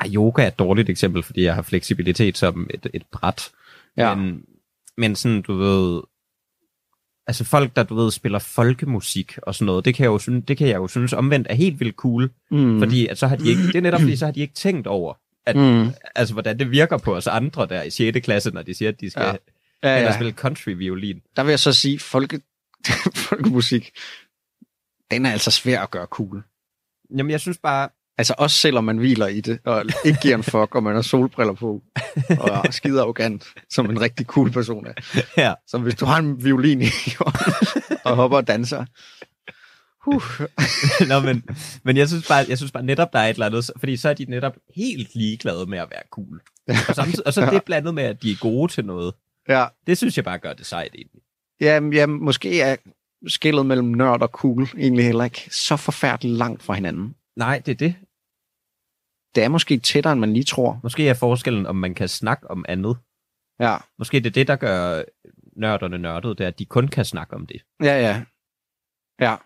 [SPEAKER 3] ej, yoga er et dårligt eksempel, fordi jeg har fleksibilitet som et, et bræt,
[SPEAKER 4] Ja. Men,
[SPEAKER 3] men, men sådan, du ved... Altså folk, der du ved, spiller folkemusik og sådan noget, det kan jeg jo synes, det kan jeg jo synes omvendt er helt vildt cool,
[SPEAKER 4] mm.
[SPEAKER 3] mm. fordi at så har de ikke, det er netop fordi, så har de ikke tænkt over, at, mm.
[SPEAKER 4] Mm.
[SPEAKER 3] altså, hvordan det virker på os andre der i 6. klasse, når de siger, at de skal
[SPEAKER 4] Ja.
[SPEAKER 3] ja.
[SPEAKER 4] Ja,
[SPEAKER 3] Ja,
[SPEAKER 4] ja.
[SPEAKER 3] spille country-violin.
[SPEAKER 4] Der vil jeg så sige, folke, folkemusik, den er altså svær at gøre cool.
[SPEAKER 3] Jamen, jeg synes bare,
[SPEAKER 4] Altså også selvom man hviler i det, og ikke giver en fuck, og man har solbriller på, og er skide arrogant, som en rigtig cool person er.
[SPEAKER 3] Ja.
[SPEAKER 4] Som hvis du har en violin i hånden, og hopper og danser. Huh.
[SPEAKER 3] Nå, men, men jeg, synes bare, jeg synes bare netop, der er et eller andet, fordi så er de netop helt ligeglade med at være cool. Og, samtidig, og så det blandet med, at de er gode til noget.
[SPEAKER 4] Ja,
[SPEAKER 3] Det synes jeg bare gør det sejt egentlig.
[SPEAKER 4] ja, ja, måske er skillet mellem nørd og cool egentlig heller ikke så forfærdeligt langt fra hinanden.
[SPEAKER 3] Nej, det er det.
[SPEAKER 4] Det er måske tættere, end man lige tror.
[SPEAKER 3] Måske er forskellen, om man kan snakke om andet.
[SPEAKER 4] Ja,
[SPEAKER 3] Måske det er det, der gør nørderne nørdet, det er, at de kun kan snakke om det.
[SPEAKER 4] ja, ja. Ja,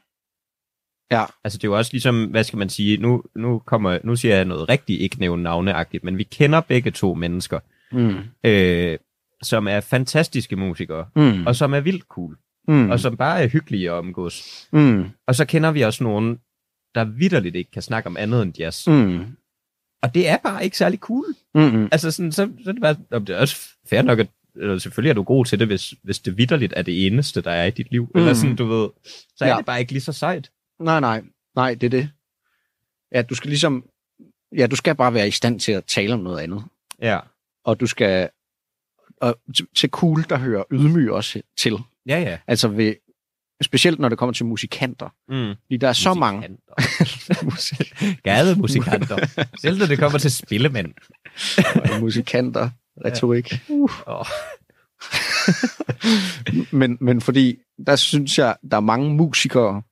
[SPEAKER 3] Altså det er jo også ligesom, hvad skal man sige, nu, nu, kommer, nu siger jeg noget rigtig ikke nævne navneagtigt, men vi kender begge to mennesker,
[SPEAKER 4] mm.
[SPEAKER 3] øh, som er fantastiske musikere,
[SPEAKER 4] Mm.
[SPEAKER 3] og som er vildt cool,
[SPEAKER 4] mm.
[SPEAKER 3] og som bare er hyggelige at omgås.
[SPEAKER 4] mm.
[SPEAKER 3] Og så kender vi også nogen, der vidderligt ikke kan snakke om andet end jazz.
[SPEAKER 4] Mm.
[SPEAKER 3] Og det er bare ikke særlig cool.
[SPEAKER 4] Mm.
[SPEAKER 3] Altså sådan, så, så er det bare, om det er også fair nok, at eller selvfølgelig er du god til det, hvis, hvis det vidderligt er det eneste, der er i dit liv. Mm. Eller
[SPEAKER 4] Mm.
[SPEAKER 3] sådan, du ved, så er
[SPEAKER 4] Ja.
[SPEAKER 3] ja. det bare ikke lige så sejt.
[SPEAKER 4] Nej, nej. Nej, det er det. Ja, du skal ligesom... Ja, du skal bare være i stand til at tale om noget andet.
[SPEAKER 3] Ja.
[SPEAKER 4] Og du skal... Og til- til cool, der hører ydmyg også til.
[SPEAKER 3] Ja, ja.
[SPEAKER 4] Altså ved... Specielt når det kommer til musikanter.
[SPEAKER 3] Mm.
[SPEAKER 4] Fordi der er så mange... Musik-
[SPEAKER 3] Gade musikanter. Selv når det kommer til spillemænd.
[SPEAKER 4] og musikanter, retorik. Uh.
[SPEAKER 3] Åh.
[SPEAKER 4] men, men fordi, der synes jeg, der er mange musikere...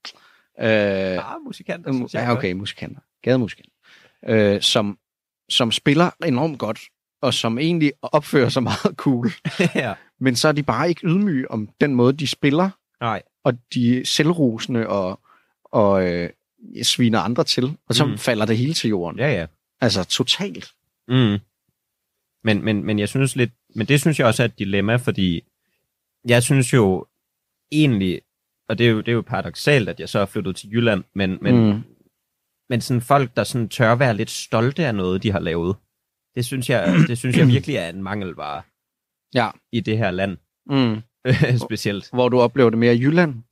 [SPEAKER 4] Øh,
[SPEAKER 3] Ah, musikanter, synes jeg.
[SPEAKER 4] Ja, okay, musikanter. Gademusikanter. Øh, som, som spiller enormt godt, og som egentlig opfører sig meget cool.
[SPEAKER 3] ja.
[SPEAKER 4] Men så er de bare ikke ydmyge om den måde, de spiller,
[SPEAKER 3] Nej.
[SPEAKER 4] og de er selvrosende og, og øh, sviner andre til. Og så mm.
[SPEAKER 3] Mm.
[SPEAKER 4] falder det hele til jorden. Ja.
[SPEAKER 3] Ja, ja.
[SPEAKER 4] Altså totalt.
[SPEAKER 3] Mm. Men, men, men jeg synes lidt, men det synes jeg også er et dilemma, fordi jeg synes jo egentlig, og det er jo, det er jo paradoxalt, at jeg så er flyttet til Jylland, men, men,
[SPEAKER 4] mm.
[SPEAKER 3] men sådan folk, der sådan tør være lidt stolte af noget, de har lavet, det synes jeg, det synes jeg virkelig er en mangelvare
[SPEAKER 4] Ja.
[SPEAKER 3] i det her land,
[SPEAKER 4] Mm.
[SPEAKER 3] specielt.
[SPEAKER 4] Hvor du oplever det mere i Jylland.
[SPEAKER 3] Mm.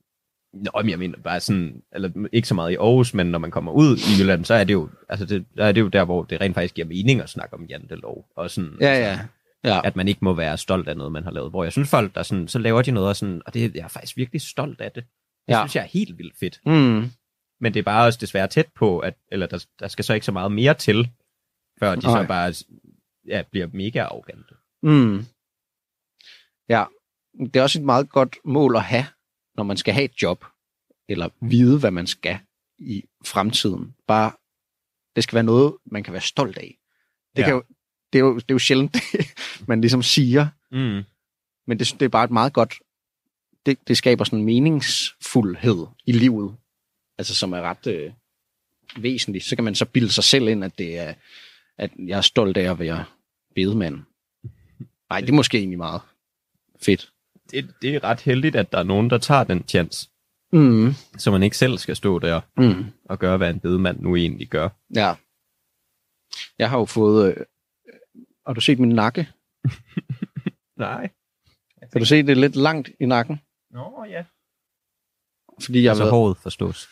[SPEAKER 3] Nå, men jeg mener bare sådan, eller ikke så meget i Aarhus, men når man kommer ud i Jylland, så er det jo, altså det, der er det jo der, hvor det rent faktisk giver mening at snakke om jantelov, og sådan,
[SPEAKER 4] Ja,
[SPEAKER 3] altså,
[SPEAKER 4] ja. ja.
[SPEAKER 3] at man ikke må være stolt af noget, man har lavet. Hvor jeg synes folk, der sådan, så laver de noget, og, sådan, og det, jeg er faktisk virkelig stolt af det. Det
[SPEAKER 4] Ja.
[SPEAKER 3] ja. synes jeg er helt vildt fedt.
[SPEAKER 4] Mm.
[SPEAKER 3] Men det er bare også desværre tæt på, at, eller der, der skal så ikke så meget mere til, før de
[SPEAKER 4] Nej.
[SPEAKER 3] så bare ja, bliver mega arrogante.
[SPEAKER 4] Mm. Ja, det er også et meget godt mål at have, når man skal have et job, eller vide, hvad man skal i fremtiden. Bare, det skal være noget, man kan være stolt af. Det, ja.
[SPEAKER 3] Ja.
[SPEAKER 4] kan jo, det, er, jo, det er jo sjældent, det, man ligesom siger,
[SPEAKER 3] Mm.
[SPEAKER 4] men det, det er bare et meget godt, det, det skaber sådan en meningsfuldhed i livet, altså som er ret øh, væsentligt. Så kan man så bilde sig selv ind, at det er, at jeg er stolt af at være bedemand. Nej, det er måske egentlig meget fedt.
[SPEAKER 3] Det, det er ret heldigt, at der er nogen, der tager den chance,
[SPEAKER 4] Mm.
[SPEAKER 3] så man ikke selv skal stå der
[SPEAKER 4] Mm.
[SPEAKER 3] og gøre, hvad en bedemand nu egentlig gør.
[SPEAKER 4] Ja. Jeg har jo fået, øh, har du set min nakke?
[SPEAKER 3] Nej.
[SPEAKER 4] Kan du se, det er lidt langt i nakken?
[SPEAKER 3] Nå, ja.
[SPEAKER 4] Fordi jeg har
[SPEAKER 3] Altså
[SPEAKER 4] været-
[SPEAKER 3] håret forstås.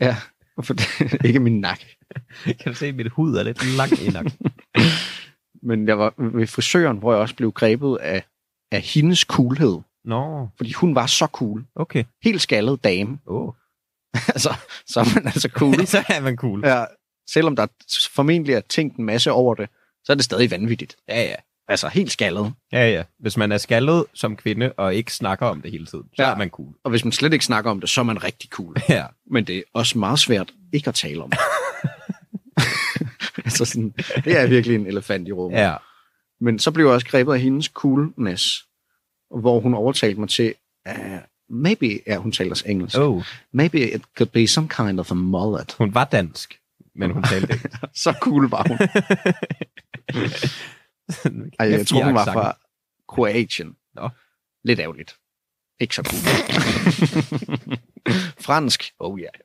[SPEAKER 4] Ja, Hvorfor det? ikke min nakke?
[SPEAKER 3] Kan du se, at mit hud er lidt langt i nakken?
[SPEAKER 4] Men jeg var ved frisøren, hvor jeg også blev grebet af, af hendes coolhed.
[SPEAKER 3] Nå,
[SPEAKER 4] Fordi hun var så cool.
[SPEAKER 3] okay.
[SPEAKER 4] Helt skaldet dame.
[SPEAKER 3] Oh.
[SPEAKER 4] altså, så er man altså cool.
[SPEAKER 3] så er man cool.
[SPEAKER 4] Ja, selvom der formentlig er tænkt en masse over det, så er det stadig vanvittigt.
[SPEAKER 3] Ja, ja.
[SPEAKER 4] Altså, helt skaldet.
[SPEAKER 3] Ja, ja. Hvis man er skaldet som kvinde og ikke snakker om det hele tiden, så
[SPEAKER 4] Ja.
[SPEAKER 3] er man cool.
[SPEAKER 4] Og hvis man slet ikke snakker om det, så er man rigtig cool.
[SPEAKER 3] Ja.
[SPEAKER 4] Men det er også meget svært ikke at tale om. altså sådan, det er virkelig en elefant i rummet.
[SPEAKER 3] Ja.
[SPEAKER 4] Men så blev jeg også grebet af hendes coolness, hvor hun overtalte mig til, uh, maybe, ja, hun taler også engelsk, oh.
[SPEAKER 3] Oh,
[SPEAKER 4] maybe it could be some kind of a mullet.
[SPEAKER 3] hun var dansk, men hun talte ikke.
[SPEAKER 4] Så cool var hun. Ej, jeg tror, hun var fra Kroatien.
[SPEAKER 3] Nå.
[SPEAKER 4] Lidt ærgerligt. Ikke så cool. Fransk. Oh ja.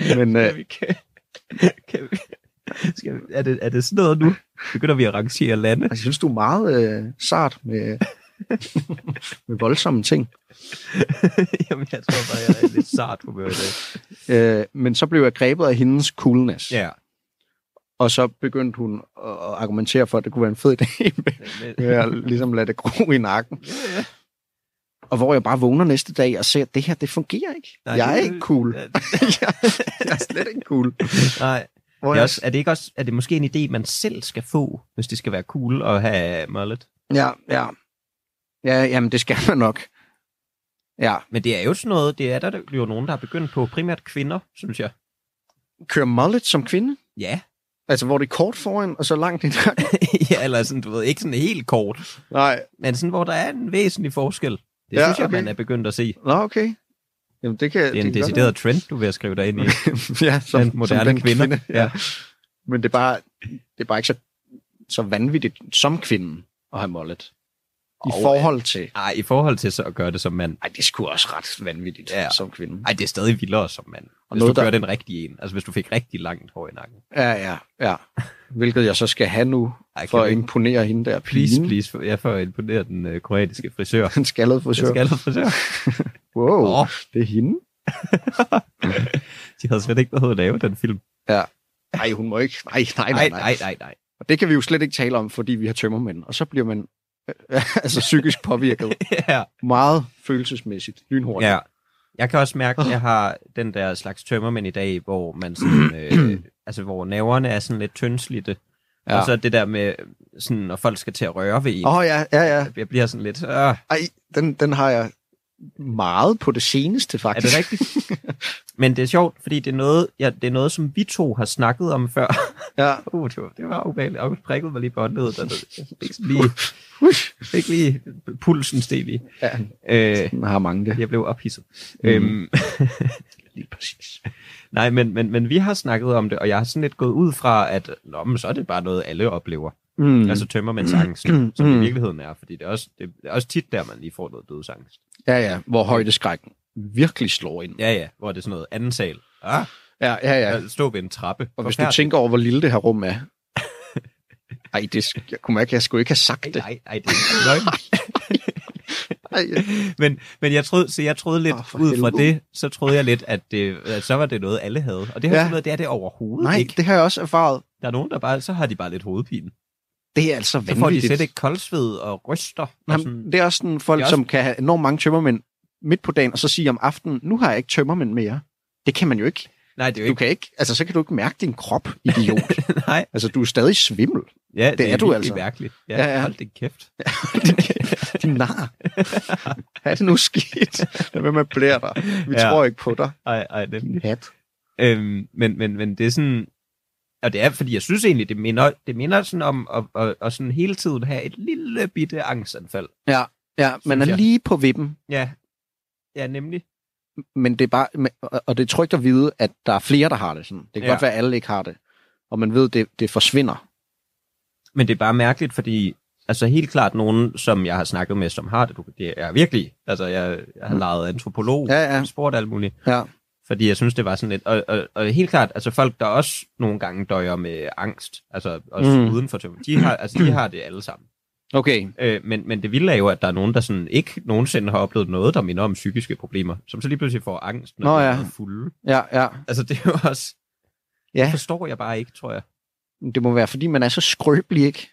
[SPEAKER 4] Yeah. Men øh,
[SPEAKER 3] Kan vi, kan, kan vi, skal vi, er, det, er det sådan noget nu? Begynder vi at rangere lande?
[SPEAKER 4] altså, jeg synes, du er meget øh, sart med, med voldsomme ting.
[SPEAKER 3] Jamen, jeg tror bare, jeg er lidt sart humør i dag.
[SPEAKER 4] Øh, men så blev jeg grebet af hendes coolness.
[SPEAKER 3] Ja.
[SPEAKER 4] Og så begyndte hun at at argumentere for, at det kunne være en fed idé med,
[SPEAKER 3] Men,
[SPEAKER 4] med at ligesom lade det gro i nakken. Og hvor jeg bare vågner næste dag og ser, at det her, det fungerer ikke.
[SPEAKER 3] Nej,
[SPEAKER 4] Nej, jeg er
[SPEAKER 3] det-
[SPEAKER 4] ikke cool.
[SPEAKER 3] ja,
[SPEAKER 4] jeg, jeg er slet ikke cool.
[SPEAKER 3] nej.
[SPEAKER 4] Hvor
[SPEAKER 3] Det er,
[SPEAKER 4] jeg,
[SPEAKER 3] også, er det ikke også, er det måske en idé, man selv skal få, hvis det skal være cool at have mullet?
[SPEAKER 4] ja, ja. Ja, jamen det skal man nok. Ja,
[SPEAKER 3] Men det er jo sådan noget, det er der jo nogen, der er begyndt på, primært kvinder, synes jeg.
[SPEAKER 4] køre mullet som kvinde.
[SPEAKER 3] Ja.
[SPEAKER 4] Altså, hvor det er kort foran, og så langt i nakken.
[SPEAKER 3] ja, eller sådan, du ved, ikke sådan helt kort,
[SPEAKER 4] Nej,
[SPEAKER 3] men sådan, hvor der er en væsentlig forskel. Det
[SPEAKER 4] Ja,
[SPEAKER 3] ja, synes
[SPEAKER 4] okay.
[SPEAKER 3] jeg, okay. man er begyndt at se.
[SPEAKER 4] nå okay. Jamen, det kan...
[SPEAKER 3] Det er
[SPEAKER 4] kan
[SPEAKER 3] en
[SPEAKER 4] godt
[SPEAKER 3] decideret trend, du vil have skrive dig ind i.
[SPEAKER 4] ja, som,
[SPEAKER 3] Blandt moderne
[SPEAKER 4] som den
[SPEAKER 3] kvinder,
[SPEAKER 4] Ja.
[SPEAKER 3] ja.
[SPEAKER 4] Men det er bare, det er bare ikke så, så vanvittigt som kvinden at have mollet. I
[SPEAKER 3] Og-
[SPEAKER 4] forhold til...
[SPEAKER 3] Ej, i forhold til så at gøre det som mand.
[SPEAKER 4] Ej, det skulle også ret vanvittigt
[SPEAKER 3] Ja.
[SPEAKER 4] som kvinde.
[SPEAKER 3] Ej, det er stadig vildere som mand.
[SPEAKER 4] Og
[SPEAKER 3] Hvis
[SPEAKER 4] noget,
[SPEAKER 3] du
[SPEAKER 4] der-
[SPEAKER 3] gør den rigtige en. Altså, hvis du fik rigtig langt hår i nakken.
[SPEAKER 4] Ja, ja, ja. Hvilket jeg så skal have nu,
[SPEAKER 3] Ej,
[SPEAKER 4] for
[SPEAKER 3] kan
[SPEAKER 4] at
[SPEAKER 3] vi-
[SPEAKER 4] imponere hende der.
[SPEAKER 3] Please,
[SPEAKER 4] pigen.
[SPEAKER 3] please, for, jeg får imponere den øh, kroatiske frisør.
[SPEAKER 4] Den skaldede
[SPEAKER 3] Den
[SPEAKER 4] frisør.
[SPEAKER 3] skaldede frisør.
[SPEAKER 4] Wow,
[SPEAKER 3] Åh.
[SPEAKER 4] det er hende.
[SPEAKER 3] De havde slet ikke noget at lave den film.
[SPEAKER 4] Nej, hun må ikke. Nej, nej, nej,
[SPEAKER 3] Nej,
[SPEAKER 4] nej.
[SPEAKER 3] nej, nej, nej.
[SPEAKER 4] Og det kan vi jo slet ikke tale om, fordi vi har tømmermænd. Og så bliver man øh, altså psykisk påvirket.
[SPEAKER 3] Ja.
[SPEAKER 4] Meget følelsesmæssigt. Lynhurtigt.
[SPEAKER 3] ja. Jeg kan også mærke, at jeg har den der slags tømmermænd i dag, hvor man sådan, øh, altså hvor naverne er sådan lidt tyndslidte. Ja.
[SPEAKER 4] Ja.
[SPEAKER 3] Og så det der med, sådan, når folk skal til at røre ved en.
[SPEAKER 4] Åh, oh, ja, ja, ja.
[SPEAKER 3] Jeg bliver sådan lidt, øh,
[SPEAKER 4] Ej, den, den har jeg meget på det seneste,
[SPEAKER 3] Er
[SPEAKER 4] faktisk.
[SPEAKER 3] det rigtigt? Men det er sjovt, fordi det er noget, ja, det er noget som vi to har snakket om før.
[SPEAKER 4] Ja.
[SPEAKER 3] Uh, det, var, det var ubehageligt. August prikkede mig lige på åndedet. og det- Jeg fik sådan lige, fik lige pulsen steg lige.
[SPEAKER 4] ja.
[SPEAKER 3] Øh,
[SPEAKER 4] Den har mange det.
[SPEAKER 3] jeg blev ophidset.
[SPEAKER 4] Mm.
[SPEAKER 3] Mm. Øhm,
[SPEAKER 4] Lige præcis.
[SPEAKER 3] nej, men, men, men vi har snakket om det, og jeg har sådan lidt gået ud fra, at nå, men så er det bare noget, alle oplever.
[SPEAKER 4] Mm.
[SPEAKER 3] Mm. Altså tømmermændsangsten, som det
[SPEAKER 4] Mm.
[SPEAKER 3] i virkeligheden er. Fordi det er, også, det, det er også tit, der man lige får noget dødsangst.
[SPEAKER 4] Ja, ja, hvor højdeskrækken virkelig slår ind.
[SPEAKER 3] Ja, ja, hvor det er sådan noget anden sal. Ah,
[SPEAKER 4] Ja, ja, ja.
[SPEAKER 3] ja. Stå ved en trappe.
[SPEAKER 4] Og hvis du
[SPEAKER 3] Forfærdeligt.
[SPEAKER 4] tænker over, hvor lille det her rum er. Ej, det, sk- jeg kunne mærke, at jeg skulle ikke have sagt det.
[SPEAKER 3] Nej, nej, det er ikke løgn.
[SPEAKER 4] Ej,
[SPEAKER 3] men, men jeg troede, så jeg troede lidt,
[SPEAKER 4] Åh, for
[SPEAKER 3] oh, ud fra
[SPEAKER 4] helvede.
[SPEAKER 3] det, så troede jeg lidt, at, det, at så var det noget, alle havde. Og det her
[SPEAKER 4] Ja.
[SPEAKER 3] ja. noget, det er det overhovedet
[SPEAKER 4] nej,
[SPEAKER 3] ikke.
[SPEAKER 4] det har jeg også erfaret.
[SPEAKER 3] Der er nogen, der bare, så har de bare lidt hovedpine.
[SPEAKER 4] Det er altså
[SPEAKER 3] Så får de
[SPEAKER 4] vanvittigt.
[SPEAKER 3] slet ikke koldsved og ryster. Og
[SPEAKER 4] Jamen,
[SPEAKER 3] sådan,
[SPEAKER 4] det er også sådan folk,
[SPEAKER 3] Det er også-
[SPEAKER 4] som kan have enormt mange tømmermænd midt på dagen, og så sige om aftenen, nu har jeg ikke tømmermænd mere. Det kan man jo ikke.
[SPEAKER 3] nej, det er jo
[SPEAKER 4] Du
[SPEAKER 3] ikke.
[SPEAKER 4] kan ikke, altså så kan du ikke mærke din krop, idiot.
[SPEAKER 3] Nej,
[SPEAKER 4] Altså, du er stadig svimmel.
[SPEAKER 3] ja, det,
[SPEAKER 4] er du
[SPEAKER 3] virkelig
[SPEAKER 4] altså.
[SPEAKER 3] mærkeligt. Ja,
[SPEAKER 4] Ja,
[SPEAKER 3] ja,
[SPEAKER 4] ja.
[SPEAKER 3] ja. Hold din kæft.
[SPEAKER 4] Din nar. er det nu skidt? Lad være med at blære dig. Vi ja.
[SPEAKER 3] Ja.
[SPEAKER 4] tror ikke på dig.
[SPEAKER 3] Ej, ej, nemlig.
[SPEAKER 4] Hat.
[SPEAKER 3] Øhm, men, men, men det er sådan... Og det er, fordi jeg synes egentlig, det minder, det minder sådan om at, at, at sådan hele tiden have et lille bitte angstanfald.
[SPEAKER 4] Ja, man
[SPEAKER 3] Synes
[SPEAKER 4] er
[SPEAKER 3] jeg.
[SPEAKER 4] lige på vippen,
[SPEAKER 3] Ja, ja nemlig.
[SPEAKER 4] men det er bare, men- og- og det er trygt at vide, at der er flere, der har det sådan. Det kan ja.
[SPEAKER 3] Ja.
[SPEAKER 4] godt være, at alle ikke har det. Og man ved, det, det forsvinder.
[SPEAKER 3] Men det er bare mærkeligt, fordi altså helt klart nogen, som jeg har snakket med, som har det, du- det er virkelig, altså jeg, jeg har lejet antropolog,
[SPEAKER 4] Ja, ja.
[SPEAKER 3] og spurgt alt muligt,
[SPEAKER 4] Ja.
[SPEAKER 3] fordi jeg synes, det var sådan lidt, og, og, og helt klart, altså folk, der også nogle gange døjer med angst, altså også
[SPEAKER 4] Mm.
[SPEAKER 3] mm. uden for tømmer, de har, altså, de har det alle sammen.
[SPEAKER 4] Okay,
[SPEAKER 3] Øh, men, men det vilde er jo, at der er nogen, der sådan ikke nogensinde har oplevet noget, der minder om psykiske problemer, som så lige pludselig får angst, når
[SPEAKER 4] Nå
[SPEAKER 3] de er
[SPEAKER 4] ja.
[SPEAKER 3] meget fulde.
[SPEAKER 4] ja, ja.
[SPEAKER 3] Altså, det er jo også...
[SPEAKER 4] Ja.
[SPEAKER 3] Det forstår jeg bare ikke, tror jeg.
[SPEAKER 4] Det må være, fordi man er så skrøbelig, ikke?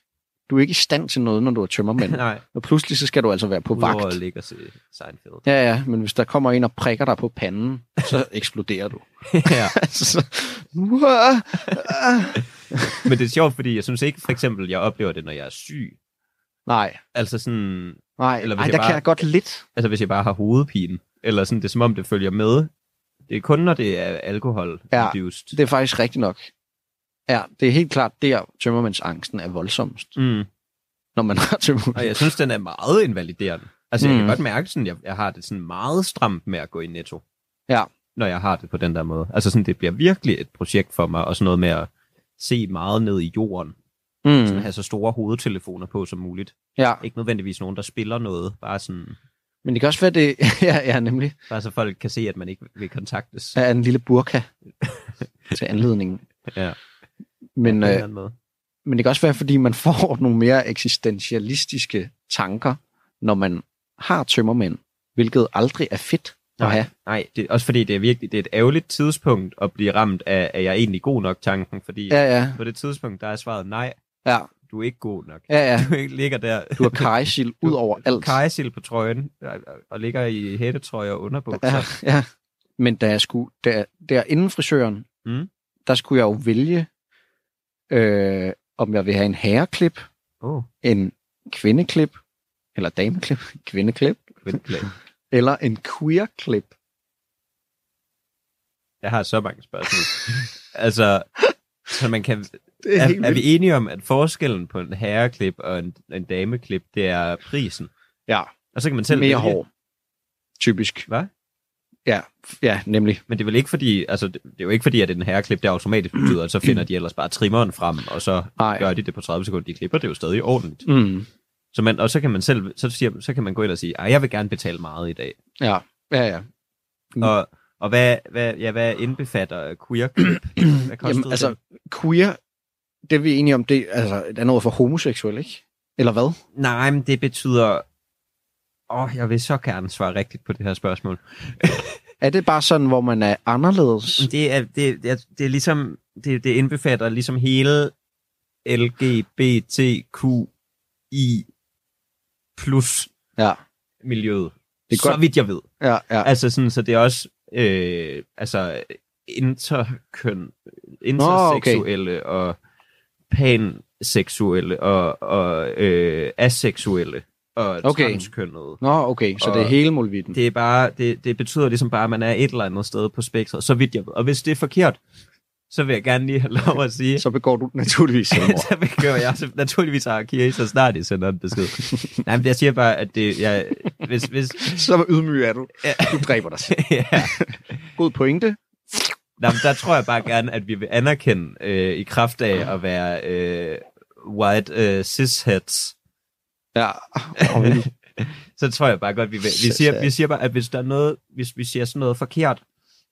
[SPEAKER 4] Du er ikke i stand til noget, når du er tømmermænd.
[SPEAKER 3] Nej,
[SPEAKER 4] Og pludselig så skal du altså være på
[SPEAKER 3] udover at
[SPEAKER 4] vagt.
[SPEAKER 3] ligge og se Seinfeld.
[SPEAKER 4] Ja, ja, men hvis der kommer en og prikker dig på panden, så eksploderer du.
[SPEAKER 3] ja.
[SPEAKER 4] Altså, så- Uah! Ah!
[SPEAKER 3] Men det er sjovt, fordi jeg synes ikke, for eksempel, jeg oplever det, når jeg er syg.
[SPEAKER 4] nej,
[SPEAKER 3] Altså sådan,
[SPEAKER 4] nej,
[SPEAKER 3] Eller
[SPEAKER 4] Eller
[SPEAKER 3] hvis
[SPEAKER 4] nej
[SPEAKER 3] jeg
[SPEAKER 4] der
[SPEAKER 3] bare-
[SPEAKER 4] kan jeg godt lidt.
[SPEAKER 3] altså hvis jeg bare har hovedpine, eller sådan, det er som om, det følger med. Det er kun, når det er alkohol
[SPEAKER 4] Ja,
[SPEAKER 3] induced.
[SPEAKER 4] Det er faktisk rigtigt nok. Ja, det er helt klart der, tømmermandsangsten er voldsomst,
[SPEAKER 3] Mm.
[SPEAKER 4] når man har
[SPEAKER 3] Og
[SPEAKER 4] tømmermænd.
[SPEAKER 3] jeg synes, den er meget invaliderende. Altså, mm. jeg kan
[SPEAKER 4] Mm.
[SPEAKER 3] godt mærke, sådan, jeg, jeg har det sådan meget stramt med at gå i netto.
[SPEAKER 4] Ja.
[SPEAKER 3] Når jeg har det på den der måde. Altså, sådan, det bliver virkelig et projekt for mig, og sådan noget med at se meget ned i jorden. Mm. Sådan,
[SPEAKER 4] Mm.
[SPEAKER 3] have så store hovedtelefoner på som muligt.
[SPEAKER 4] Ja,
[SPEAKER 3] Ikke nødvendigvis nogen, der spiller noget. Bare, sådan,
[SPEAKER 4] men det kan også være, det ja, ja, nemlig
[SPEAKER 3] bare så folk kan se, at man ikke vil kontaktes.
[SPEAKER 4] er en lille burka til anledningen.
[SPEAKER 3] Ja.
[SPEAKER 4] Men,
[SPEAKER 3] på
[SPEAKER 4] øh,
[SPEAKER 3] en eller anden måde.
[SPEAKER 4] Men det kan også være, fordi man får nogle mere eksistentialistiske tanker, når man har tømmermænd, hvilket aldrig er fedt at have.
[SPEAKER 3] Nej, det, også fordi det er virkelig det er et ærgerligt tidspunkt at blive ramt af, er jeg egentlig god nok tanken, fordi ja.
[SPEAKER 4] Ja, ja,
[SPEAKER 3] på det tidspunkt, der er svaret nej,
[SPEAKER 4] ja,
[SPEAKER 3] du er ikke god nok.
[SPEAKER 4] ja, ja.
[SPEAKER 3] Du ikke ligger der
[SPEAKER 4] Du har kajsil ud over alt.
[SPEAKER 3] Kajsil på trøjen, og- og- og ligger i hættetrøje og underbukser.
[SPEAKER 4] Ja,
[SPEAKER 3] Ja.
[SPEAKER 4] ja. Men da jeg skulle, der, der inden frisøren,
[SPEAKER 3] Mm.
[SPEAKER 4] der skulle jeg jo vælge, øh, om jeg vil have en herreklip,
[SPEAKER 3] Oh,
[SPEAKER 4] en kvindeklip, eller dameklip, kvindeklip,
[SPEAKER 3] vindblæk.
[SPEAKER 4] eller en queerklip.
[SPEAKER 3] Jeg har så mange spørgsmål. altså, så man kan,
[SPEAKER 4] Det
[SPEAKER 3] er, er vi enige om, at forskellen på en herreklip og en, en dameklip, det er prisen?
[SPEAKER 4] Ja,
[SPEAKER 3] Og så kan man selv
[SPEAKER 4] mere
[SPEAKER 3] vælge.
[SPEAKER 4] hår. Typisk.
[SPEAKER 3] Hvad?
[SPEAKER 4] Ja, ja, nemlig.
[SPEAKER 3] Men det er vel ikke fordi, altså, det det er jo ikke fordi, at en herreklip der automatisk betyder, at så finder de ellers bare trimmeren frem, og så
[SPEAKER 4] Nej.
[SPEAKER 3] gør de det på 30 sekunder. De klipper det jo stadig ordentligt.
[SPEAKER 4] Mm.
[SPEAKER 3] Så man, og så kan man selv, så, siger, så kan man gå ind og sige, at jeg vil gerne betale meget i dag.
[SPEAKER 4] Ja, ja, ja. Mm.
[SPEAKER 3] Og, og hvad, hvad, ja, hvad indbefatter queer klip? Hvad kostede
[SPEAKER 4] Jamen, altså, queer, det er vi enige om, det er altså, et andet ord for homoseksuel, ikke? Eller hvad?
[SPEAKER 3] den? Nej, men det betyder... Åh, oh, jeg vil så gerne svare rigtigt på det her spørgsmål.
[SPEAKER 4] Er det bare sådan, hvor man er anderledes?
[SPEAKER 3] Men Det er, det, det er, det er ligesom... Det, det indbefatter ligesom hele LGBTQI plus
[SPEAKER 4] Ja.
[SPEAKER 3] miljøet.
[SPEAKER 4] Det
[SPEAKER 3] Det
[SPEAKER 4] er
[SPEAKER 3] så
[SPEAKER 4] godt.
[SPEAKER 3] vidt jeg ved.
[SPEAKER 4] Ja, ja,
[SPEAKER 3] Altså sådan, så det er også øh, altså interkøn, interseksuelle Nå, okay. og panseksuelle og, og øh, aseksuelle og okay.
[SPEAKER 4] Okay.
[SPEAKER 3] transkønnede.
[SPEAKER 4] Nå, okay, så
[SPEAKER 3] Og-
[SPEAKER 4] det er hele mulvitten.
[SPEAKER 3] Mm. Det, er bare, det, det betyder ligesom bare, at man er et eller andet sted på spektret, så vidt jeg ved. Og hvis det er forkert, så vil jeg gerne lige have lov at sige,
[SPEAKER 4] Så begår du naturligvis selvmord.
[SPEAKER 3] så gør jeg så naturligvis har Kiri, så snart I sender en besked. Nej, men jeg siger bare, at det, jeg, hvis, hvis,
[SPEAKER 4] så ydmyg er du.
[SPEAKER 3] Ja.
[SPEAKER 4] Du dræber dig selv.
[SPEAKER 3] ja,
[SPEAKER 4] God pointe.
[SPEAKER 3] Nå, men der tror jeg bare gerne, at vi vil anerkende øh, i kraft af at være øh, white øh, cis-heads.
[SPEAKER 4] Ja. Og vil du-
[SPEAKER 3] Så tror jeg bare godt, vi, vil, vi, siger, vi siger bare, at hvis der er noget, hvis vi siger sådan noget forkert,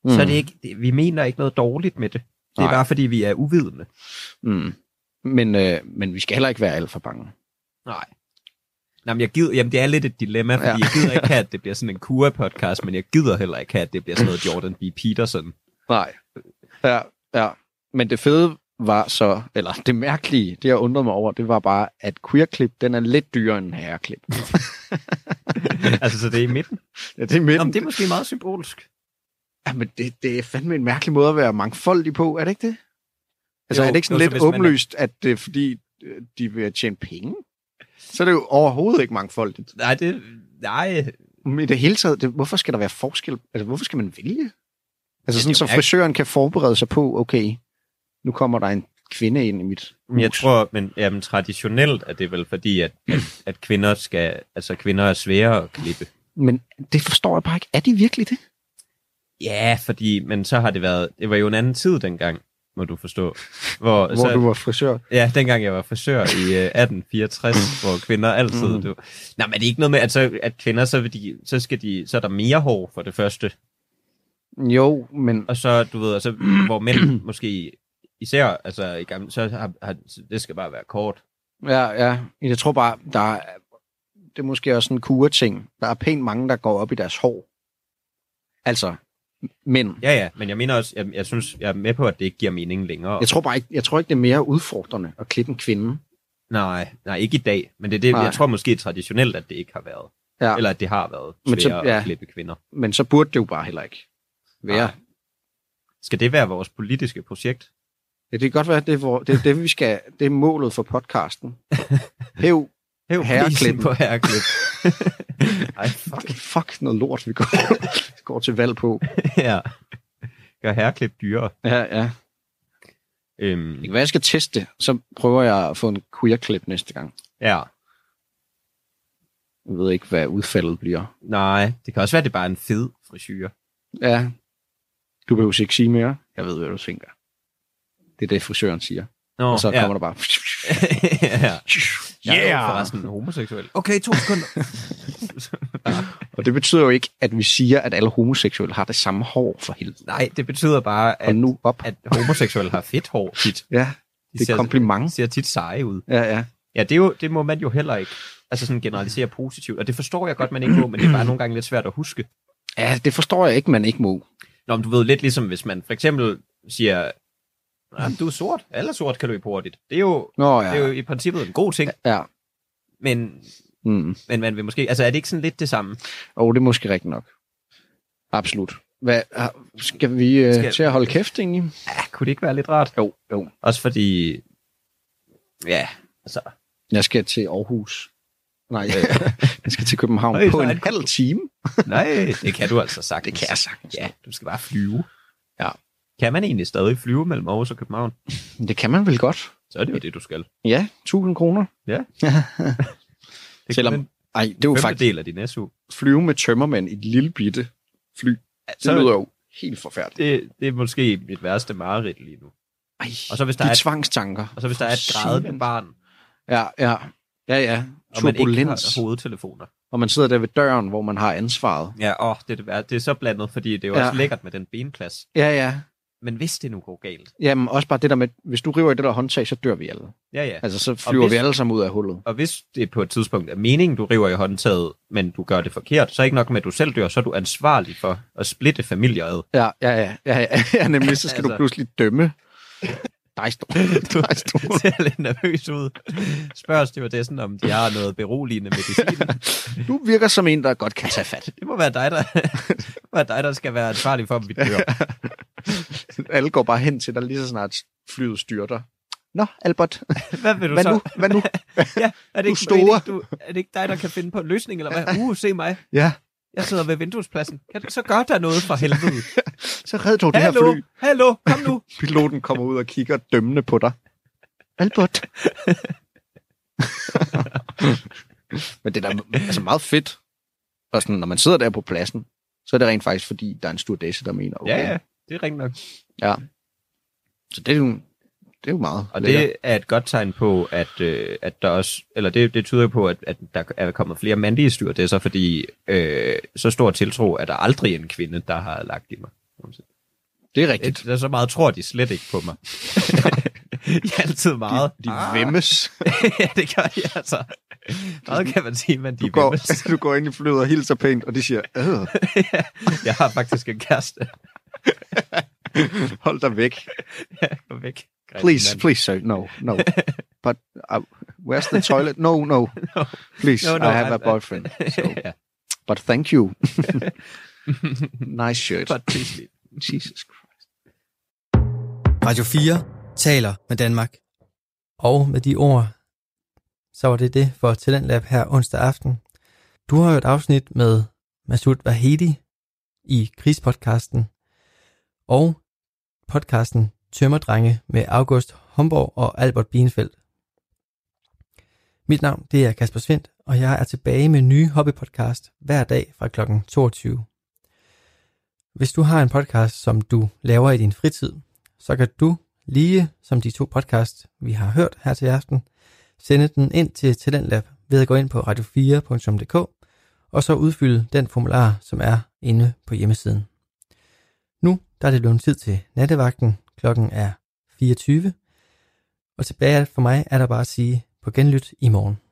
[SPEAKER 3] mm. så er det ikke, det, vi mener ikke noget dårligt med det. Det er
[SPEAKER 4] Nej.
[SPEAKER 3] bare, fordi vi er uvidende.
[SPEAKER 4] Mm. Men, øh, men vi skal heller ikke være alt for bange.
[SPEAKER 3] Nej. Nå, men jeg gider, jamen, det er lidt et dilemma, fordi
[SPEAKER 4] Ja.
[SPEAKER 3] jeg gider ikke have, at det bliver sådan en Kura-podcast, men jeg gider heller ikke have, at det bliver sådan noget Jordan B. Peterson.
[SPEAKER 4] Nej. Ja, ja. Men det fede var så, eller det mærkelige, det jeg undrede mig over, det var bare, at queerklip, den er lidt dyrere end herreklip.
[SPEAKER 3] altså, så det er i midten.
[SPEAKER 4] Ja, det er
[SPEAKER 3] Nå,
[SPEAKER 4] midten.
[SPEAKER 3] men det er måske meget symbolsk.
[SPEAKER 4] Ja, men det, det er fandme en mærkelig måde at være mangfoldig på, er det ikke det? Altså
[SPEAKER 3] Jo,
[SPEAKER 4] jo, er det ikke sådan
[SPEAKER 3] jo, så
[SPEAKER 4] lidt
[SPEAKER 3] hvis man er-
[SPEAKER 4] åbenlyst, at det er fordi, øh, de vil tjene penge? Så er det jo overhovedet ikke mangfoldigt.
[SPEAKER 3] Nej, det... Nej,
[SPEAKER 4] Men i det hele taget, det, hvorfor skal der være forskel? Altså hvorfor skal man vælge? Altså
[SPEAKER 3] er
[SPEAKER 4] sådan,
[SPEAKER 3] jo
[SPEAKER 4] så
[SPEAKER 3] mærkeligt.
[SPEAKER 4] frisøren kan forberede sig på, okay, nu kommer der en kvinde ind i mit hus.
[SPEAKER 3] Men Jeg tror, men jamen, traditionelt er det vel fordi, at, at, at kvinder skal, altså kvinder er sværere at klippe.
[SPEAKER 4] Men det forstår jeg bare ikke. Er de virkelig det?
[SPEAKER 3] Ja, fordi, men så har det været, det var jo en anden tid dengang, må du forstå. Hvor,
[SPEAKER 4] Hvor
[SPEAKER 3] så,
[SPEAKER 4] du var frisør.
[SPEAKER 3] Ja, dengang jeg var frisør i øh, 1864, hvor kvinder altid... Mm.
[SPEAKER 4] Mhm.
[SPEAKER 3] Du, nej, men er det ikke noget med, at, så, at kvinder, så, vil de, så, skal de, så er der mere hår for det første,
[SPEAKER 4] Jo, men...
[SPEAKER 3] og så, du ved, og så, hvor mænd måske især, altså i gamle, så har, har, det skal bare være kort.
[SPEAKER 4] Ja, ja. Jeg tror bare, der er, det er måske også en kure-ting. Der er pænt mange, der går op i deres hår. Altså, mænd.
[SPEAKER 3] Ja, ja, men jeg mener også, jeg, jeg synes, jeg er med på, at det ikke giver mening længere.
[SPEAKER 4] Jeg tror bare ikke, jeg tror ikke, det er mere udfordrende at klippe en kvinde.
[SPEAKER 3] Nej, nej, ikke i dag, men det er det,
[SPEAKER 4] Nej.
[SPEAKER 3] jeg tror måske traditionelt, at det ikke har været.
[SPEAKER 4] Ja, Eller...
[SPEAKER 3] Eller at det har været
[SPEAKER 4] Men så-
[SPEAKER 3] sværere
[SPEAKER 4] ja.
[SPEAKER 3] at klippe kvinder.
[SPEAKER 4] men så burde det jo bare heller ikke være.
[SPEAKER 3] Nej. Skal det være vores politiske projekt?
[SPEAKER 4] Ja, det kan godt være, det er, hvor, det, er det, vi skal, det er målet for podcasten. Hæv,
[SPEAKER 3] Hæv
[SPEAKER 4] Herreklippen.
[SPEAKER 3] prisen på herreklip. Ej, fuck.
[SPEAKER 4] fuck, fuck noget lort, vi går, går til valg på.
[SPEAKER 3] Ja. Gør herreklip dyrere.
[SPEAKER 4] Ja, ja.
[SPEAKER 3] Øhm,
[SPEAKER 4] Det kan være, jeg skal teste det. Så prøver jeg at få en queer-klip næste gang.
[SPEAKER 3] ja.
[SPEAKER 4] Jeg ved ikke, hvad udfaldet bliver.
[SPEAKER 3] Nej, det kan også være, at det bare er en fed frisyr.
[SPEAKER 4] Ja. Du behøver ikke sige mere. Jeg ved, hvad du tænker. Det er det, frisøren siger.
[SPEAKER 3] Nå,
[SPEAKER 4] Og så
[SPEAKER 3] ja.
[SPEAKER 4] kommer der bare...
[SPEAKER 3] ja. Jeg er jo
[SPEAKER 4] Yeah!
[SPEAKER 3] forresten homoseksuel. Okay, to sekunder.
[SPEAKER 4] Og det betyder jo ikke, at vi siger, at alle homoseksuelle har det samme hår for helvede.
[SPEAKER 3] Nej, det betyder bare,
[SPEAKER 4] Og
[SPEAKER 3] at,
[SPEAKER 4] nu op.
[SPEAKER 3] at homoseksuelle har fedt hår tit.
[SPEAKER 4] Ja,
[SPEAKER 3] De
[SPEAKER 4] det er et
[SPEAKER 3] ser,
[SPEAKER 4] kompliment.
[SPEAKER 3] ser tit seje ud.
[SPEAKER 4] Ja, ja.
[SPEAKER 3] Ja, det, er jo, det må man jo heller ikke altså sådan generalisere positivt. Og det forstår jeg godt, man ikke må, men det er bare nogle gange lidt svært at huske.
[SPEAKER 4] Ja, det forstår jeg ikke, man ikke må.
[SPEAKER 3] Nå, men du ved lidt ligesom, hvis man for eksempel siger, "Ah, du er sort, alle er sort kan løbe hurtigt. Det er jo,
[SPEAKER 4] Nå ja.
[SPEAKER 3] det er jo i princippet en god ting,
[SPEAKER 4] Ja.
[SPEAKER 3] men,
[SPEAKER 4] Mm.
[SPEAKER 3] men man vil måske... Altså, er det ikke sådan lidt det samme?
[SPEAKER 4] Og det er måske rigtigt nok. Absolut. Hvad, har- skal vi øh,
[SPEAKER 3] Skal-
[SPEAKER 4] til at holde kæft, egentlig?
[SPEAKER 3] Ja, kunne det ikke være lidt rart?
[SPEAKER 4] Jo, jo.
[SPEAKER 3] Også fordi... Ja, altså...
[SPEAKER 4] Jeg skal til Aarhus. Nej, jeg skal til København
[SPEAKER 3] Øj,
[SPEAKER 4] på
[SPEAKER 3] der
[SPEAKER 4] en
[SPEAKER 3] er en-
[SPEAKER 4] halv time.
[SPEAKER 3] Nej, det kan du altså
[SPEAKER 4] Det
[SPEAKER 3] sagtens.
[SPEAKER 4] kan jeg sagtens.
[SPEAKER 3] Ja, du skal bare flyve.
[SPEAKER 4] Ja.
[SPEAKER 3] Kan man egentlig stadig flyve mellem Aarhus og København?
[SPEAKER 4] Det kan man vel godt.
[SPEAKER 3] Så er det jo det, du skal.
[SPEAKER 4] Ja, 1000 kroner.
[SPEAKER 3] Det
[SPEAKER 4] Selvom-
[SPEAKER 3] er kun
[SPEAKER 4] Ej, det er jo
[SPEAKER 3] en
[SPEAKER 4] faktisk
[SPEAKER 3] faktisk... del af din SU.
[SPEAKER 4] flyve med tømmermænd i et lille bitte fly. Det
[SPEAKER 3] Så
[SPEAKER 4] lyder jo helt forfærdeligt.
[SPEAKER 3] det, det er måske mit værste mareridt lige nu.
[SPEAKER 4] Ej,
[SPEAKER 3] Og så hvis der,
[SPEAKER 4] de
[SPEAKER 3] er, et,
[SPEAKER 4] tvangstanker.
[SPEAKER 3] og så hvis der er et grædende barn,
[SPEAKER 4] Ja, ja. Ja, ja.
[SPEAKER 3] og man ikke
[SPEAKER 4] Turbulens.
[SPEAKER 3] har hovedtelefoner.
[SPEAKER 4] Og man sidder der ved døren, hvor man har ansvaret.
[SPEAKER 3] Ja, åh, det, er det, værste. det er så blandet, fordi det er jo
[SPEAKER 4] Ja.
[SPEAKER 3] ja. også lækkert med den benplads.
[SPEAKER 4] Ja, ja.
[SPEAKER 3] Men hvis det nu går galt,
[SPEAKER 4] Jamen, også bare det der med, hvis du river i det der håndtag, så dør vi alle.
[SPEAKER 3] ja ja.
[SPEAKER 4] Altså, så flyver
[SPEAKER 3] hvis-
[SPEAKER 4] vi alle sammen ud af hullet.
[SPEAKER 3] Og hvis det på et tidspunkt er meningen, du river i håndtaget, men du gør det forkert, så er ikke nok med, at du selv dør, så er du ansvarlig for at splitte familier ad.
[SPEAKER 4] Ja, ja, ja. ja, ja, ja nemlig, så skal altså... du
[SPEAKER 3] Altså.
[SPEAKER 4] pludselig dømme. Dig stor. Dig stor.
[SPEAKER 3] ser lidt nervøs ud. Spørger stewardessen, om de har noget beroligende medicin.
[SPEAKER 4] Du virker som en, der godt kan tage fat.
[SPEAKER 3] Det må være dig, der, det må være dig, der skal være ansvarlig for, om vi dør.
[SPEAKER 4] Alle går bare hen til dig, lige så snart flyet styrter. Nå, Albert,
[SPEAKER 3] Hvad vil du
[SPEAKER 4] hvad
[SPEAKER 3] så?
[SPEAKER 4] nu? Hvad nu?
[SPEAKER 3] Ja, er det,
[SPEAKER 4] Du
[SPEAKER 3] ikke,
[SPEAKER 4] store.
[SPEAKER 3] Er, det ikke, du, er det ikke dig, der kan finde på en løsning, eller hvad? Uh, se mig.
[SPEAKER 4] Ja,
[SPEAKER 3] Jeg sidder ved vinduespladsen. Kan du så gøre der noget for helvede?
[SPEAKER 4] så red dog det her
[SPEAKER 3] Hallo,
[SPEAKER 4] fly.
[SPEAKER 3] hallo, kom nu.
[SPEAKER 4] Piloten kommer ud og kigger dømmende på dig. Albert. Men det er da altså meget fedt. Og sådan, når man sidder der på pladsen, så er det rent faktisk, fordi der er en stewardesse, der mener, okay.
[SPEAKER 3] Ja, ja, det er rigtigt nok.
[SPEAKER 4] Så det er jo, det er jo meget
[SPEAKER 3] Og
[SPEAKER 4] lækkert.
[SPEAKER 3] det er et godt tegn på, at, øh, at der også, eller det, det tyder på, at, at der er kommet flere mandlige styrdesser, fordi øh, så stor tiltro er der aldrig en kvinde, der har lagt i mig.
[SPEAKER 4] det er
[SPEAKER 3] Et,
[SPEAKER 4] rigtigt.
[SPEAKER 3] der er så meget tror de slet ikke på mig. de er altid meget. Ah.
[SPEAKER 4] De vemmes.
[SPEAKER 3] ja, det gør de altså. Meget kan man sige, men de
[SPEAKER 4] Du går,
[SPEAKER 3] vemmes.
[SPEAKER 4] du går ind i flyet og hilser pænt, og de siger, "Øh,
[SPEAKER 3] Jeg har faktisk en kæreste.
[SPEAKER 4] hold dig væk.
[SPEAKER 3] Gå væk. Græn,
[SPEAKER 4] Please,
[SPEAKER 3] mand.
[SPEAKER 4] please, sir. No, no. But uh, where's the toilet? No, no. Please,
[SPEAKER 3] No, no,
[SPEAKER 4] I have a
[SPEAKER 3] I'm-
[SPEAKER 4] boyfriend. So.
[SPEAKER 3] Ja.
[SPEAKER 4] But thank you. nice shirt.
[SPEAKER 3] But please leave.
[SPEAKER 4] Jesus Christ.
[SPEAKER 1] Radio 4 taler med Danmark. Og med de ord, så var det det for Talentlab her onsdag aften. Du har jo et afsnit med Masud Vahedi i krigspodcasten, og podcasten Tømmerdrenge med August Homborg og Albert Bienfeldt. Mit navn det er Kasper Svendt, og jeg er tilbage med nye hobbypodcast hver dag fra kl. 22. Hvis du har en podcast, som du laver i din fritid, så kan du, lige som de to podcasts, vi har hørt her til aften, sende den ind til Talentlab ved at gå ind på radio4.dk og så udfylde den formular, som er inde på hjemmesiden. Nu der er det blevet tid til nattevagten. Klokken er 24. Og tilbage for mig er der bare at sige på genlyt i morgen.